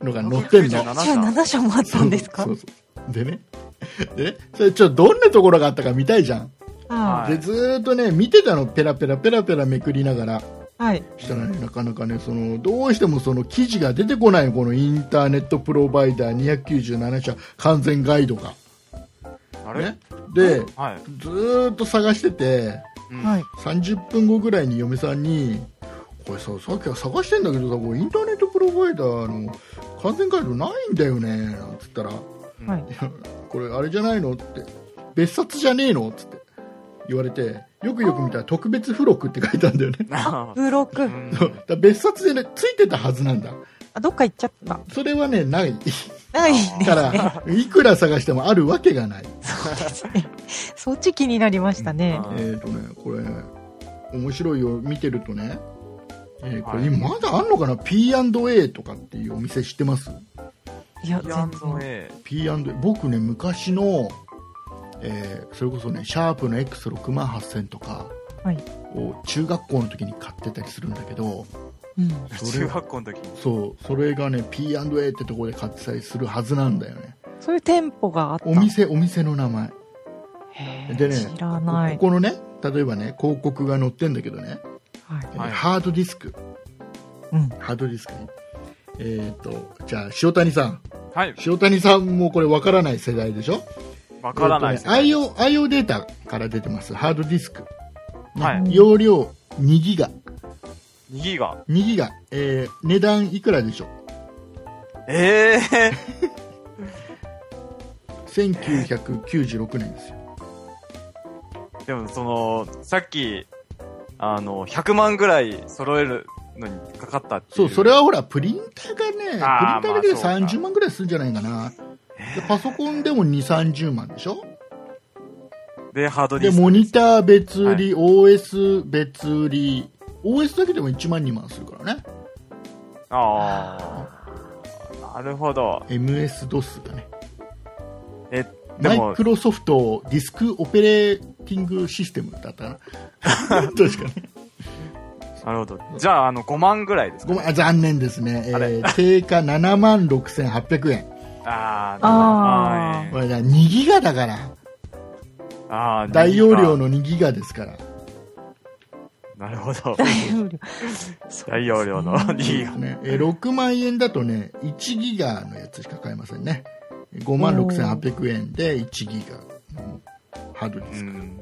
のが載ってんの
じゃあ
297
7社もあったんですか
そうそうでねでねそれちょっとどんなところがあったか見たいじゃん、
は
でずーっとね見てたのペラペラペラペラめくりながら
い。はい。
したらねなかなかねそのどうしてもその記事が出てこないこのインターネットプロバイダー297社完全ガイドが、
あれ
ね、で
はい。
ずーっと探してて
うん
はい。
30分後ぐらいに嫁さんにこれささっきは探してんだけどさこれインターネットプロバイダーの完全ガイドないんだよねなんつったら
うん
はい。
これあれじゃないのって別冊じゃねえのっつって言われてよくよく見たら特別付録って書いてあるんだよね
あ
ブロッ
う
ク。
ん
そうだから別冊でねついてたはずなんだ
あ、どっか行っちゃった。
それはねない
ない ね。
からいくら探してもあるわけがない
そうですね。そっち気になりましたね。
えー、とねこれね面白いよ見てるとねえーこ
はい
れまだあんのかな P&A とかっていうお店知ってます
いや、
ピ
全
ア
然。
ノ A。
P&A 僕ね昔の、えーそれこそねシャープの X6 万8000とか
はい
を中学校の時に買ってたりするんだけど
うん。
それ
中学校の時に。
そうそれがね P&A ってとこで買ってたりするはずなんだよね
そういう店舗があった。
お店お店の名前
へー
でね
知らない。
こここのね例えばね広告が載ってんだけどね、
はい。
えー
はい
ハードディスク
うん。
ハードディスクねえーっ、とじゃあ塩谷さん
はい。
塩谷さんもこれわからない世代でしょ
わからない
え
で
ーっ
す
とね。IO, IO データから出てますハードディスク、
はい
容量2ギガ
2ギガ。
2ギガ、えー値段いくらでしょう
ええ。
1996年ですよ
でも、その、さっき、あの、100万ぐらい揃えるのにかかったってい
そうそれはほらプリンターがねプリン
あー
ターだけで
まあそうか
30万ぐらいするんじゃないかなでパソコンでも2 3 0万でしょ
で、ハードデ
で
ィスク。
モニター別売り、OS 別売り OS だけでも1万2万するからね
ああ。なるほど。
MS-DOS だね
え、で
マイ
も
ク、ロソフトディスクオペレーティングシステムだったな 確かね
なるほど。じゃあ、あの、5万ぐらいですか
ごめんあ残念ですね、えー、定価7万6800円
あー
あ
は
ー
こ
い
れだ2ギガだから
あー。
大容量の
の。
2ギガですから
な るほど。
大容量。そう
大容 量の2ギガ。
ね、えー6万円だとね1ギガのやつしか買えませんね5万6800円で1ギガのハードディ
う
スク
ん。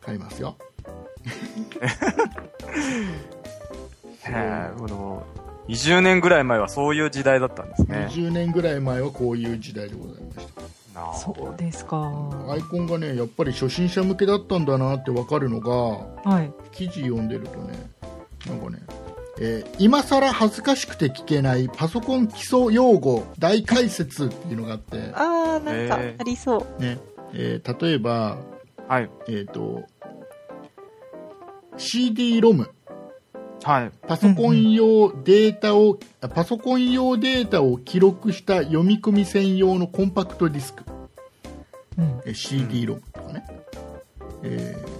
買いますよ、
へえ、この、20年ぐらい前はそういう時代だったんですね。
20年ぐらい前はこういう時代でございました
なあ
そうですか。
ア
は
イコンがねやっぱり初心者向けだったんだなって分かるのが
い。
記事読んでるとねなんかね、えー今更恥ずかしくて聞けないパソコン基礎用語大解説っていうのがあって、
あー、なんか
えー
ありそう。
ねえー例えば、
はい。
えー、と CD ロム
はい。
パソコン用データを、あパソコン用データを記録した読み込み専用のコンパクトディスク
うん。
え CD ロムとかね、えー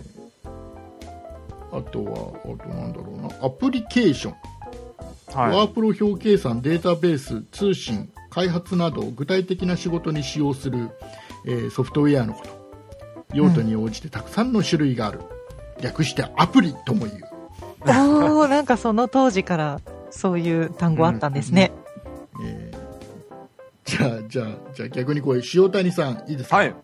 あとはあとなんだろうなアプリケーションワ
は
ープロ表計算、データベース、通信、開発など具体的な仕事に使用する、えーソフトウェアのこと用途に応じてたくさんの種類がある、略してアプリとも言う
おー、なんかその当時からそういう単語あったんですね。
えーじゃあじゃあじゃあ逆にこれ塩谷さんいいです
い。
か、
はい。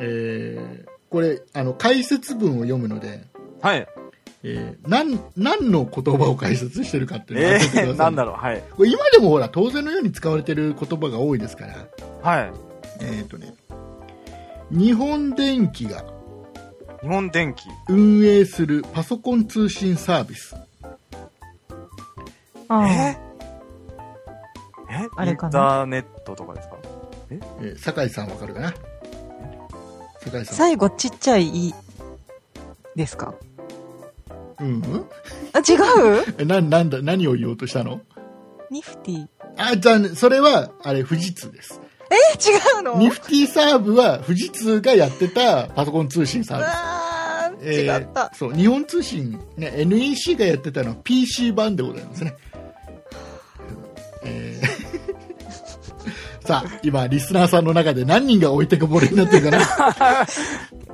えーこれあの解説文を読むので、
はい。
えー、なん何の言葉を解説してるかっていうのを
え
当てて
え
ください、
なんだろう。はい。
これ今でもほら当然のように使われてる言葉が多いですから
はい。
えっ、とね、日本電機が
日本電機。
運営するパソコン通信サービス。
あー
ええ
あれかな
インターネットとかですか
えー酒井さんわかるかな酒井さん。
最後ちっちゃい「い」ですか
うん、うん
あ、違う
えななんだ何を言おうとしたの
ニフティ。え、違
あじゃあねそれはあれ富士通です
うの
ニフティサーブは富士通がやってたパソコン通信サービス
あー、
えー
違った。
そう日本通信、ね、NEC がやってたのは PC 版でございますね、えー さあ今リスナーさんの中で何人が置いてこぼれになってるかな、
結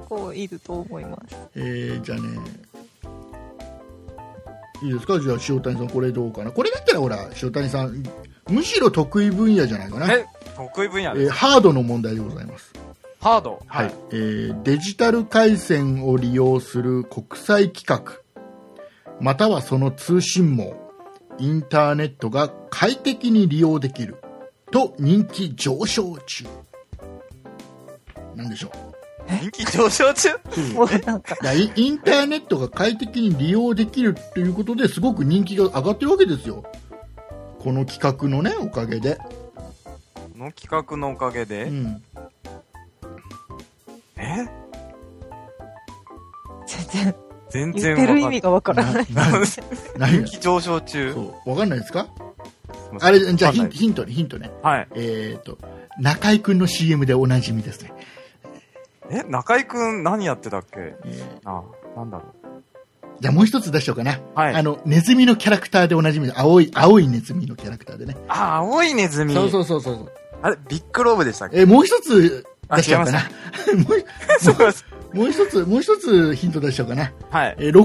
構いると思います。
えーじゃあねいいですかじゃあ塩谷さんこれどうかなこれだったらほら塩谷さんむしろ得意分野じゃないかな、え
え、得意分野です。
ーハードの問題でございます
ハード。
はい。えーデジタル回線を利用する国際規格またはその通信網インターネットが快適に利用できると人気上昇中なんでしょう
人気上昇中
もうなんか、
だインインターネットが快適に利用できるということですごく人気が上がってるわけですよこの企画のねおかげで、
この企画のおかげで、
うん、
え
全然、
全
言
然
って
わ
る意
かん
味がわからない。
なな 何
人
が
気上昇中
そうわかんないですか
すいません
あれじゃあ
わ
ヒ
かんな
ン
い
トヒントねヒントね
はい。
えっ、と、中井くんの CM でおなじみですね。
え、中井くん何やってたっけ
えー
あ、なんだろ
じゃあもう一つ出しようかな。
う。はい。
あ
あ
の、ネズミのキャラクターでおなじみの、青い、青いネズミのキャラクターでね。
青いネズミ。
うそうそう。
あれ、ビッグローブでしたっけ
えーもう一つ出しちゃおうかな
あ。
もう
そうです。
もう一つ、もう一つヒント出しちゃおうかな。
はい。
えー、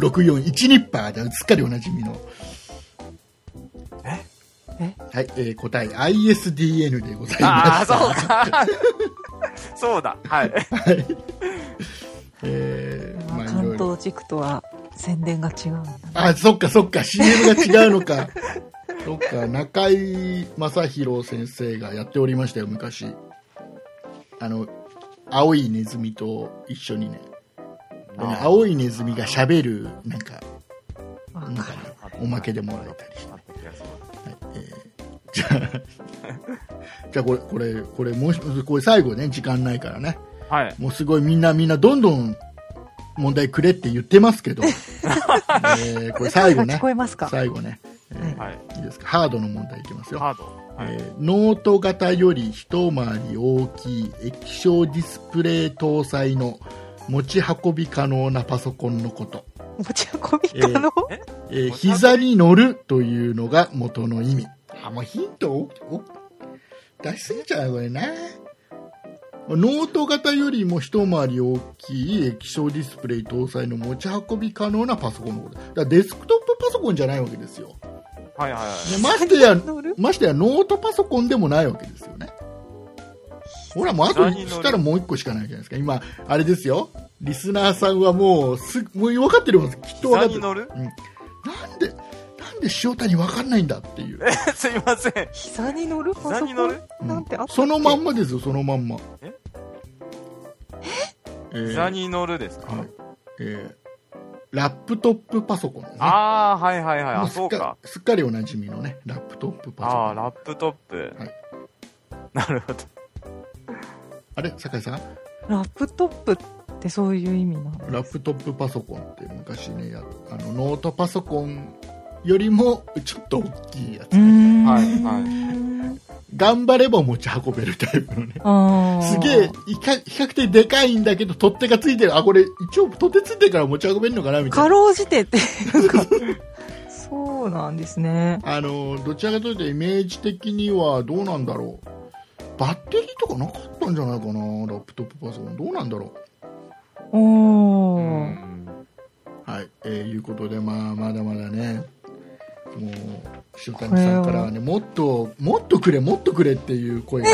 6464、1ニッパーで、すっかりおなじみの。
え
え
はい、えー答え、ISDN でござい
あ
ま
あ、
す。
そうか。そうだ。はい。
えーまあいろい
関
ろ
東地区とは宣伝が違うんだ。
あ、そっかそっか、CM が違うのか。 そっか、中井正宏先生がやっておりましたよ、昔。あの、青いネズミと一緒にね。でね青いネズミが喋る、なんか、
わ
なんか
か
ねおまけでもらえたり。
あった気がします
じゃあ、じゃあこれ、これ、これ、もう一つ、これ最後ね、時間ないからね。
はい。
もうすごいみんなみんなどんどん問題くれって言ってます けど。えーこれ最後
声が聞
ね
こ。えますか
最後ね。えー
はい。
いいですかハードの問題いきますよ、
ハード。はい。
えーノート型より一回り大きい液晶ディスプレイ搭載の持ち運び可能なパソコンのこと、
持ち運び可能、
え
えー膝に乗るというのが元の意味あもうヒントおお出しすぎちゃうよこれなノート型よりも一回り大きい液晶ディスプレイ搭載の持ち運び可能なパソコンのことだからデスクトップパソコンじゃないわけですよ
はいはいはい。
で ましてや
乗る
ましてやノートパソコンでもないわけですよね。ほら、もうあと
何乗る
したらもう一個しかないじゃないですか。今、あれですよ。リスナーさんはもう、す、もう分かってるもんきっと分か
膝
って
に
る。
乗る
なんで、なんで塩谷分かんないんだっていう。
え、すいません。
膝に乗るパソコン
膝に乗る
なんてあったっけ
そのまんまですよ、そのまんま。
え
えー
膝に乗るですか
はい。えーラップトップパソコンですね。
ああ、はいはいはい。
も
あ、
うす
そ
っ
うか
か。すっかりおなじみのね、ラップトップパソコン。
ああ、ラップトップ。
はい
なるほど。
あれ酒井さん
ラップトップってそういう意味なの
ラップトップパソコンって昔ねやあのノートパソコンよりもちょっと大きいやつ、
うーん
はい
はい
頑張れば持ち運べるタイプのね
あー
すげえいか比較的でかいんだけど取っ手がついてるあこれ一応取っ手ついてるから持ち運べるのかなみた
か
いな
ろうじてっていうかそうなんですね
あのどちらかというとイメージ的にはどうなんだろうバッテリーとかなかったんじゃないかなラップトップパソコンどうなんだろ
お
う
お、
ん。
うはいえーいうことでまあまだまだねもう塩谷さんからはねもっともっとくれもっとくれっていう声が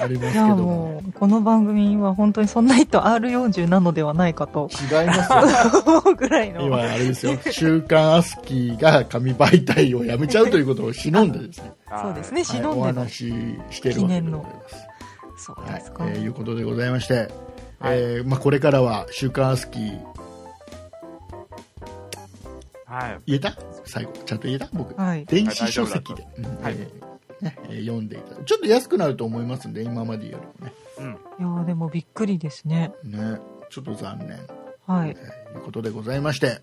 あります
い
け
や
ども
もうこの番組は本当にそんな人 R40 なのではないかと
違いますよ
思うぐらいの
今あれですよ「週刊アスキー」が紙媒体をやめちゃうということを忍んでです ね、
そうです
ね。
ね
はい
忍
お
んでの
話ししてるわけでございます
そう
は
で
い
すか、
えーいうことでございまして、えーまあ、これからは「週刊アスキー
はい」。
言えた最後ちゃんと言えた僕、
はい
電子書籍で、うん
はい
えーねえー読んでいただちょっと安くなると思いますんで今までよりもね
うん。
いやーでもびっくりですね
ねちょっと残念
はい。
ということでございまして、
はい。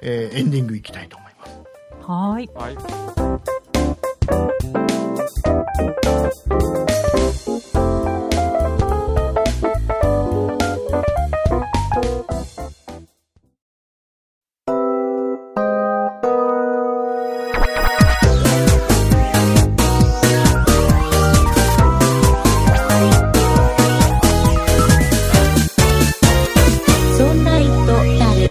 えーエンディングいきたいと思います。
はーい。
はい。
そんな糸だる。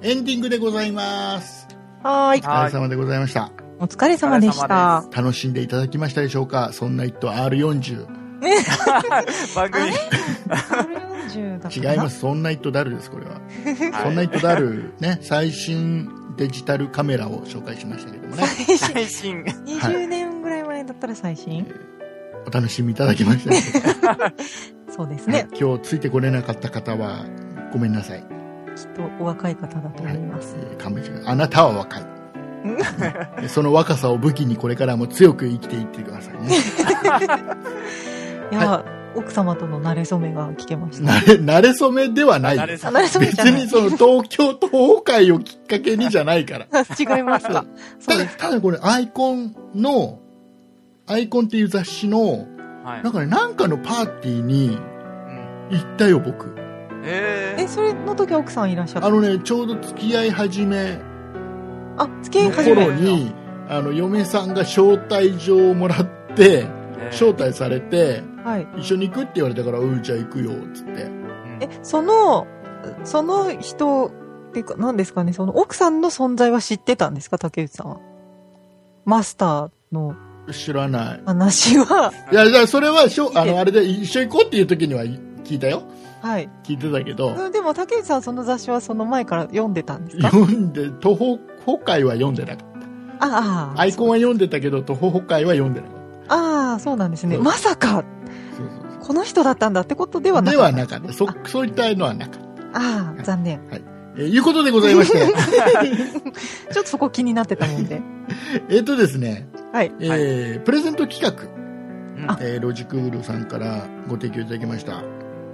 エンディングでございます。
はーい。
お疲れ様でございました。
お疲れ様でし
お疲れ様
た。
楽しんでいただきましたでしょうかそんな一頭 R40。
番組。
40だから
違います。そんな一頭ダルです、これは。
はい
そんな一頭ダル、ね、最新デジタルカメラを紹介しましたけども ね。
最新。
最新。
20年ぐらい前だったら最新。
お楽しみいただきましたでしょうか
そうですね。
今日ついてこれなかった方はごめんなさい、
きっとお若い方だと思います。
えー勘弁してくださいあなたは若い うんその若さを武器にこれからも強く生きていってくださいね
いや、奥様との馴れ初めが聞けました。
慣れ慣れ初めではない
慣れ
あ
さ
馴れ初め
別
じゃない。
にその東京都崩壊をきっかけにじゃないから
違いますか。 そ
た
う
だ
です
た
か。
だこれアイコンのアイコンっていう雑誌の
はい
なん。かねなんかのパーティーに
うん
行ったよ僕
え
え、
え。
それの時は奥さんいらっしゃった
あのねちょうど付き合い始め
あ、付き合い
の
始め
頃
るの。
にあの嫁さんが招待状をもらって
えー
招待されて
はい。
一緒に行くって言われたから「うんじゃあ行くよ」っつって
うん
え、その、その人、っていうか、何ですかね、その奥さんの存在は知ってたんですか、竹内さんは。マスターの
知らない
話は、
いやじゃあそれはしょあ
見
の
て
あれで一緒に行こうっていう時にはい聞いたよ
はい。
聞いてたけど
うんでも竹内さんはその雑誌はその前から読んでたんですか
読んで途方崩壊は読んでなかっ
あ
た
あ、
アイコンは読んでたけど途方崩壊は読んでなかっ
ああ、そうなんですね。
そう
まさか、
たそうそうそう
この人だったんだってことではな
で
か
は
った。
なかったそそういったのはなかった
ああ、残念。
えーいうことでございまして
ちょっとそこ気になってたもんで。
えっとですね、
はい
えープレゼント企画
うん
あ
えーロジクールさんからご提供いただきました、はい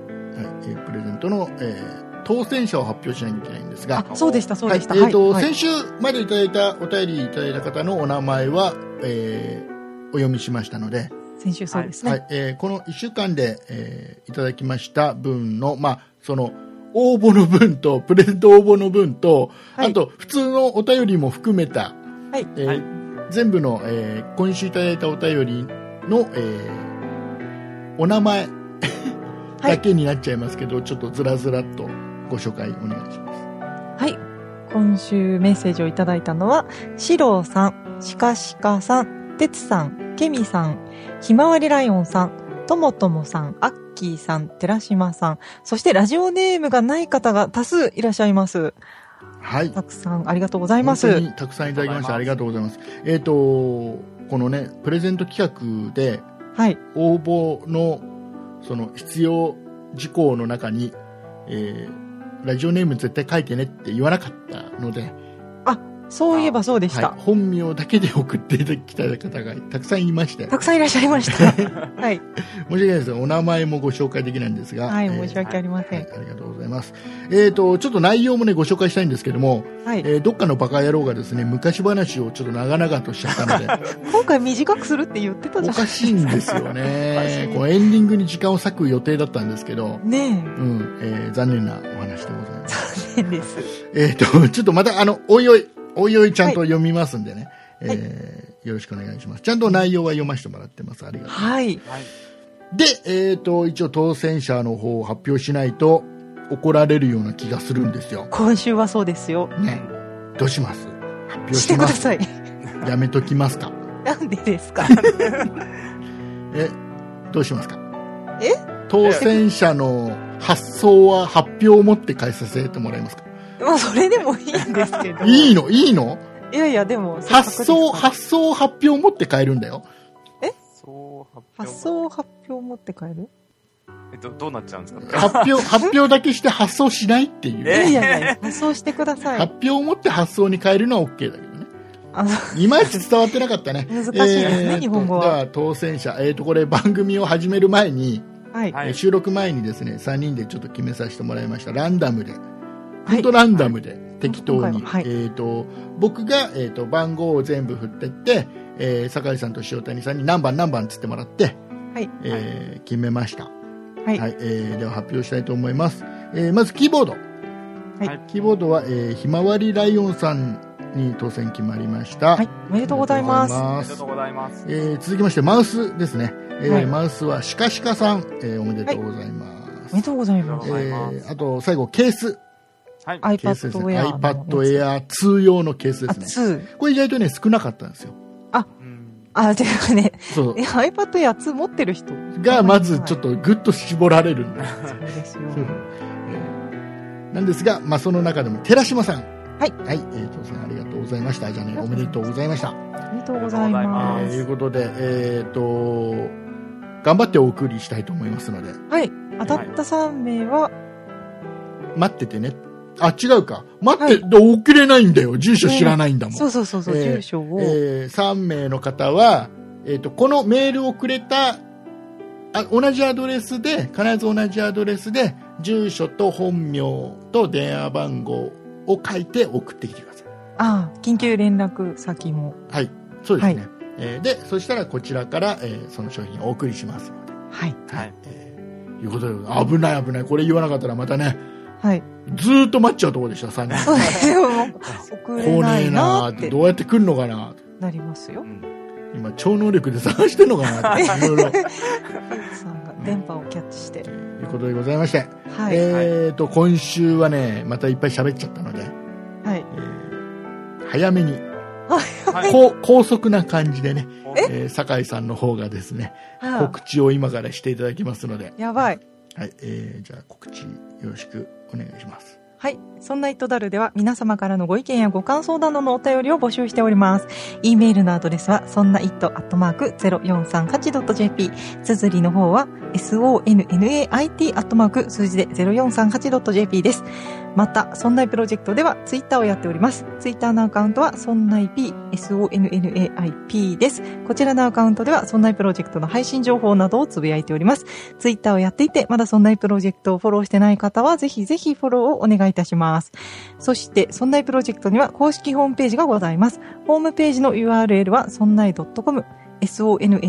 えープレゼントの、えー当選者を発表しなきゃいけないんですが、
あ、そうでした、そうでした。
はいえーと
はい
先週までいただいたお便りいただいた方のお名前は、えーお読みしましたので、
先週そうですね。
はいえーこの1週間で、えーいただきました分の、まあ、その応募の分とプレゼント応募の分と、
はい
あと普通のお便りも含めた、
はい
えー
はい
全部の、えー今週いただいたお便りの、えーお名前
はい
だけになっちゃいますけど、ちょっとずらずらっとご紹介お願いします。
はい。今週メッセージをいただいたのは、シローさん、シカシカさん、テツさん、ケミさん、ひまわりライオンさん、ともともさん、アッキーさん、寺島さん、そしてラジオネームがない方が多数いらっしゃいます。
はい
たくさんありがとうございま
本当
す。
にたくさんいただきました。あ
あ
り
り
が
が
とうございます。えっ、と、このね、プレゼント企画で
はい。
応募の、その必要事項の中に、えーラジオネーム絶対書いてねって言わなかったので、
そういえばそうでし
は
た
い。本名だけで送っていただきたい方がたくさんいまして、申
たくさんいらっしゃいました。 はい。
し訳ないです。お名前もご紹介できないんですが、
はい、
えー
申し訳ありませ
は
ん
い。ありがとうございます。えっ、と、ちょっと内容もね、ご紹介したいんですけども、
はい。
えーどっかのバカ野郎がですね、昔話をちょっと長々としちゃったので、
今回短くするって言ってたじ
お
ゃ
か
ん。
しいんですよ
おかし
ね
い。
こうエンディングに時間を割く予定だったんですけど、
ね
うん、えー残念なお話でございます。
え、変です。
えっ、と、 ちょっとまた、あの、おいおい、おいおいちゃんと読みますんでね、えーよろしくお願いします。ちゃんと内容は読ませてもらってます。ありがとう。
はい。
はい。
で、えっ、と、一応当選者の方を発表しないと怒られるような気がするんですよ。
今週はそうですよ。
ね。どうします発表
し
して
くだ
ます。
さい。
やめときますか
なんでで すか
え、どうしますか
え
当選者の発想は発表を持って返させてもらえますか
まあ、それでもいいんですけど。
いいのいいの
いやいや、でも、せっかくです
発想、
から
発想を発表を持って変えるんだ よ。
そう発表。
発想を発表を持って帰る
えっと、どうなっちゃうんですか
発表、発表だけして発想しないってい。
いう
え
やいやいや、発想してくださ
発表
い。
を持って発想に変えるのは OK だけどね。
あの、。
いまいち伝わってなかったね
難しいですね
ー
日本語は
では当選者、えー、とこれ番組を始める前に、
はい。
はい
えー収録前にですね3人でちょっと決めさせてもらいましたランダムで
はい
本当ランダムで、適当に、
今回ははい
えー、と僕が、えー、と番号を全部振ってって、えー酒井さんと塩谷さんに何番何番っつってもらって、
はい
えー決めました、
はい
えーでは発表したいと思います、えーまずキーボード、
い
はい
キーボードは、えーひまわりライオンさんに当選決まりました、
はい。おめでとうございま
ありがとう
す。
ござい
あ
ま
りが
す
とうございます。
えー続きましてマウスですね、えー
はい
マウスはシカシカさん、えーおめでとうございま
お
す、
めでとうございま
と
す
う。ございます
えーあと最後ケース
はい。
ケースです
iPad
ね
Air の。
iPad Air2 用のケース
あ、
ですね
2。
これ意外とね少なかったんですよ
うん
あ、ていうかね、
そう
え、iPad Air 2持ってる人。
がまずちょっとぐっと絞られるんだよ
そうですよ。
そうえーなんですが、まあ、その中でも寺島さん
はい、
はいえー、父さんありがとうございましたじゃあねおめでとうございました
おめでとうござい
と、
ま
えーいう
す。
ことでえっ、と頑張ってお送りしたいと思いますので
はい。当たった3名は、
待っててね。あ、違うか。待って、で送れないんだよ。住所知らないんだもん。
そうそうそうそう、
えー
住所を、
えー、3名の方は、えっ、と、このメールをくれた、あ同じアドレスで、必ず同じアドレスで、住所と本名と電話番号を書いて送ってきてください。
ああ、緊急連絡先も。
はい。そうですね。
は
えーで、そしたらこちらから、えーその商品をお送りしますので。
はい。
はい。
えーいうことで、危ない危ない。これ言わなかったらまたね、
はい。
ずーっと待っちゃうところでした、3人。
そうですよ。もう送れ
来
な
ねえ
い
なー
なー
っ
って
て、どうやって来るのかなーって
なりますよ
う。ん
今超能力で探してんのかなっていろい ろとい
さんが電波をキャッチして。
うことでございまして、
はい。
えーと今週はねまたいっぱい喋っちゃったので、
はい。
えー早めに、
はい
こう高速な感じでね、
え
えー酒井さんの方がですね
は
告知を今からしていただきますので、
あ、やばい。
はいえーじゃあ告知よろしくお願いします
はい。そんな糸だるでは皆様からのご意見やご感想などのお便りを募集しております。e メールのアドレスは、そんな it アットマーク 0438.jp。綴りの方は、sonnait アットマーク数字で 0438.jp です。また、そんないプロジェクトではツイッターをやっております。ツイッターのアカウントは、そんない p、sonnaip です。こちらのアカウントでは、そんないプロジェクトの配信情報などをつぶやいております。ツイッターをやっていて、まだそんないプロジェクトをフォローしてない方は、ぜひぜひフォローをお願いいたします。そして、そんないプロジェクトには公式ホームページがございます。ホームページの URL は、そんない .com。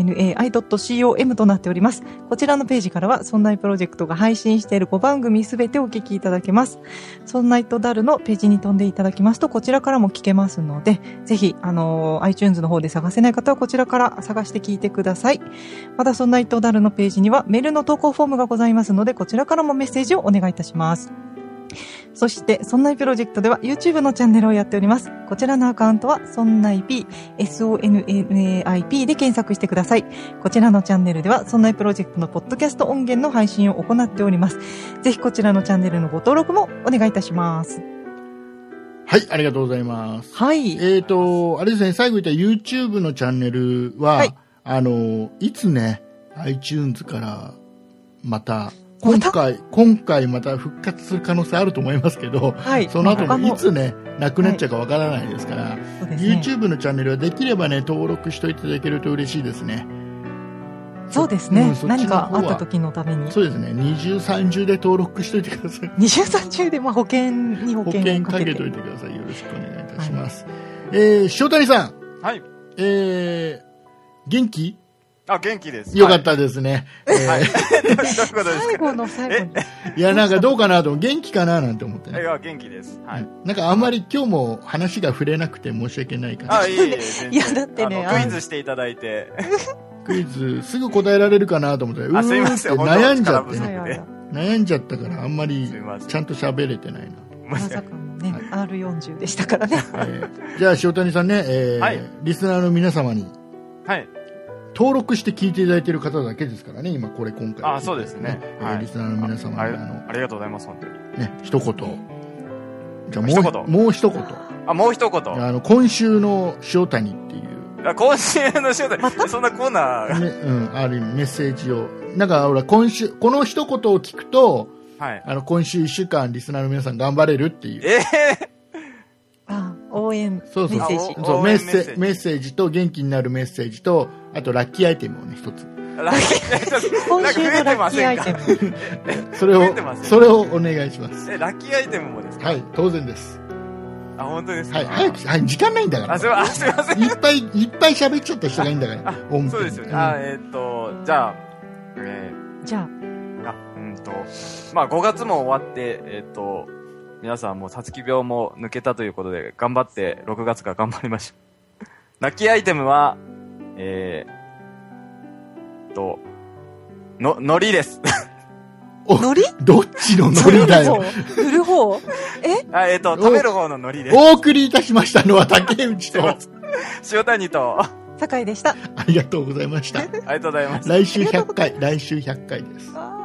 sonnai.com となっております。こちらのページからは、そんないプロジェクトが配信している5番組すべてお聞きいただけます。そんないとダルのページに飛んでいただきますと、こちらからも聞けますので、ぜひ、あのー iTunes の方で探せない方は、こちらから探して聞いてください。またそんな伊藤ダルのページにはメールの投稿フォームがございますので、こちらからもメッセージをお願いいたします。そして、そんないプロジェクトでは YouTube のチャンネルをやっております。こちらのアカウントは、そんない P、SONNAIP で検索してください。こちらのチャンネルでは、そんないプロジェクトのポッドキャスト音源の配信を行っております。ぜひこちらのチャンネルのご登録もお願いいたします。
はいありがとうございます
はい。
えっ、とあれですね最後言った YouTube のチャンネルは、
はい
あのいつね iTunes からまた
ま
今
た
回、今回また復活する可能性あると思いますけど、
はい。
その後
他
もいつね、なくなっちゃうかわからないですから、
そうですね
YouTube のチャンネルはできればね、登録していただけると嬉しいですね。
そうです
う
ね
んそ。っちの
何
方は
かあった時のために。
そうですね、20、30で登録しておいてくださ い。
二重三重で、まあ、保険に保
保
険
険
をか
か
け
け
て。
ておいてください。よろしくお願いいたします。えー、塩谷さん、
はい。
えー、元気
あ、元気です。
よかったですね。
はい。はい。どういう ことです
最
か
後の最後に。
いや、なんかどうかなと、元気かななんて思って
い
ね。
や、元気です。はい。
なんかあんまり今日も話が触れなくて申し訳ないから。
あ、いえいえ。全然
いやだってね
あのクイズしていただいて。
クイズすぐ答えられるかなと思って、うー
あすい
ん
ま
っ
せ
て
ん
悩んじゃっ
本当
て
に
ね
はい。はいはい
悩んじゃったからあんまり
すいません
ちゃんと喋れてないな、
ま
申し
さ
訳
かのね
はい、
R40 でしたからね。
えーじゃあ塩谷さんね、えー
はい
リスナーの皆様に
ないはい。
登録して聞いていただいてる方だけですからね今これ今回
あそうですね
えー
はい
リスナーの皆様にあ
あれ
の
ありがとうございます、本当に。
ね一言じゃあもう
一言
もう一言
あ、もう一言。
あの今週の塩谷っていう、
あ今週の仕事、そんなコーナー
ねうん、あるメッセージをなんかほら今週この一言を聞くと
が。はい。
あの今週一週間リスナーの皆さん頑張れるっていう
ええ
あ応応援
そうそう
メッセージ
あ
そう
応
メッ
援
セメッセージと元気になるメッセージとあとラッキーアイテムをね一つ
ラッキー、
今
なんか
週
増
の
えて
ラ
ま
ッキー
せ
ア
ん
イテム
か。
それ
増え
を
てますね
それをお願いします
え、ラッキーアイテムもですか
はい当然です
あ、本当ですか
はい早くはい時間ないんだか
あ、
ら
すいません。あすいません
いっぱいいっぱい喋っちゃった人がいいんだから
あ
音符
そうですよね。あ、えーっと、じゃあ、え
じゃ
ー、あ、うんと、まあ5月も終わって、えーっと、皆さんもうさつき病も抜けたということで、頑張って、6月から頑張りましょう。 ラッキーアイテムは、えー、と、の、のりです。
あ海苔
どっちのノリだよ
売る方
あ、えーっと、
お
食べる方ののりです。
お送りいたしましたのは竹内
すい
と
ません塩谷と、あ
酒井でした
ありがとうございました
りがとうございます。
来週100回来週100回です
あー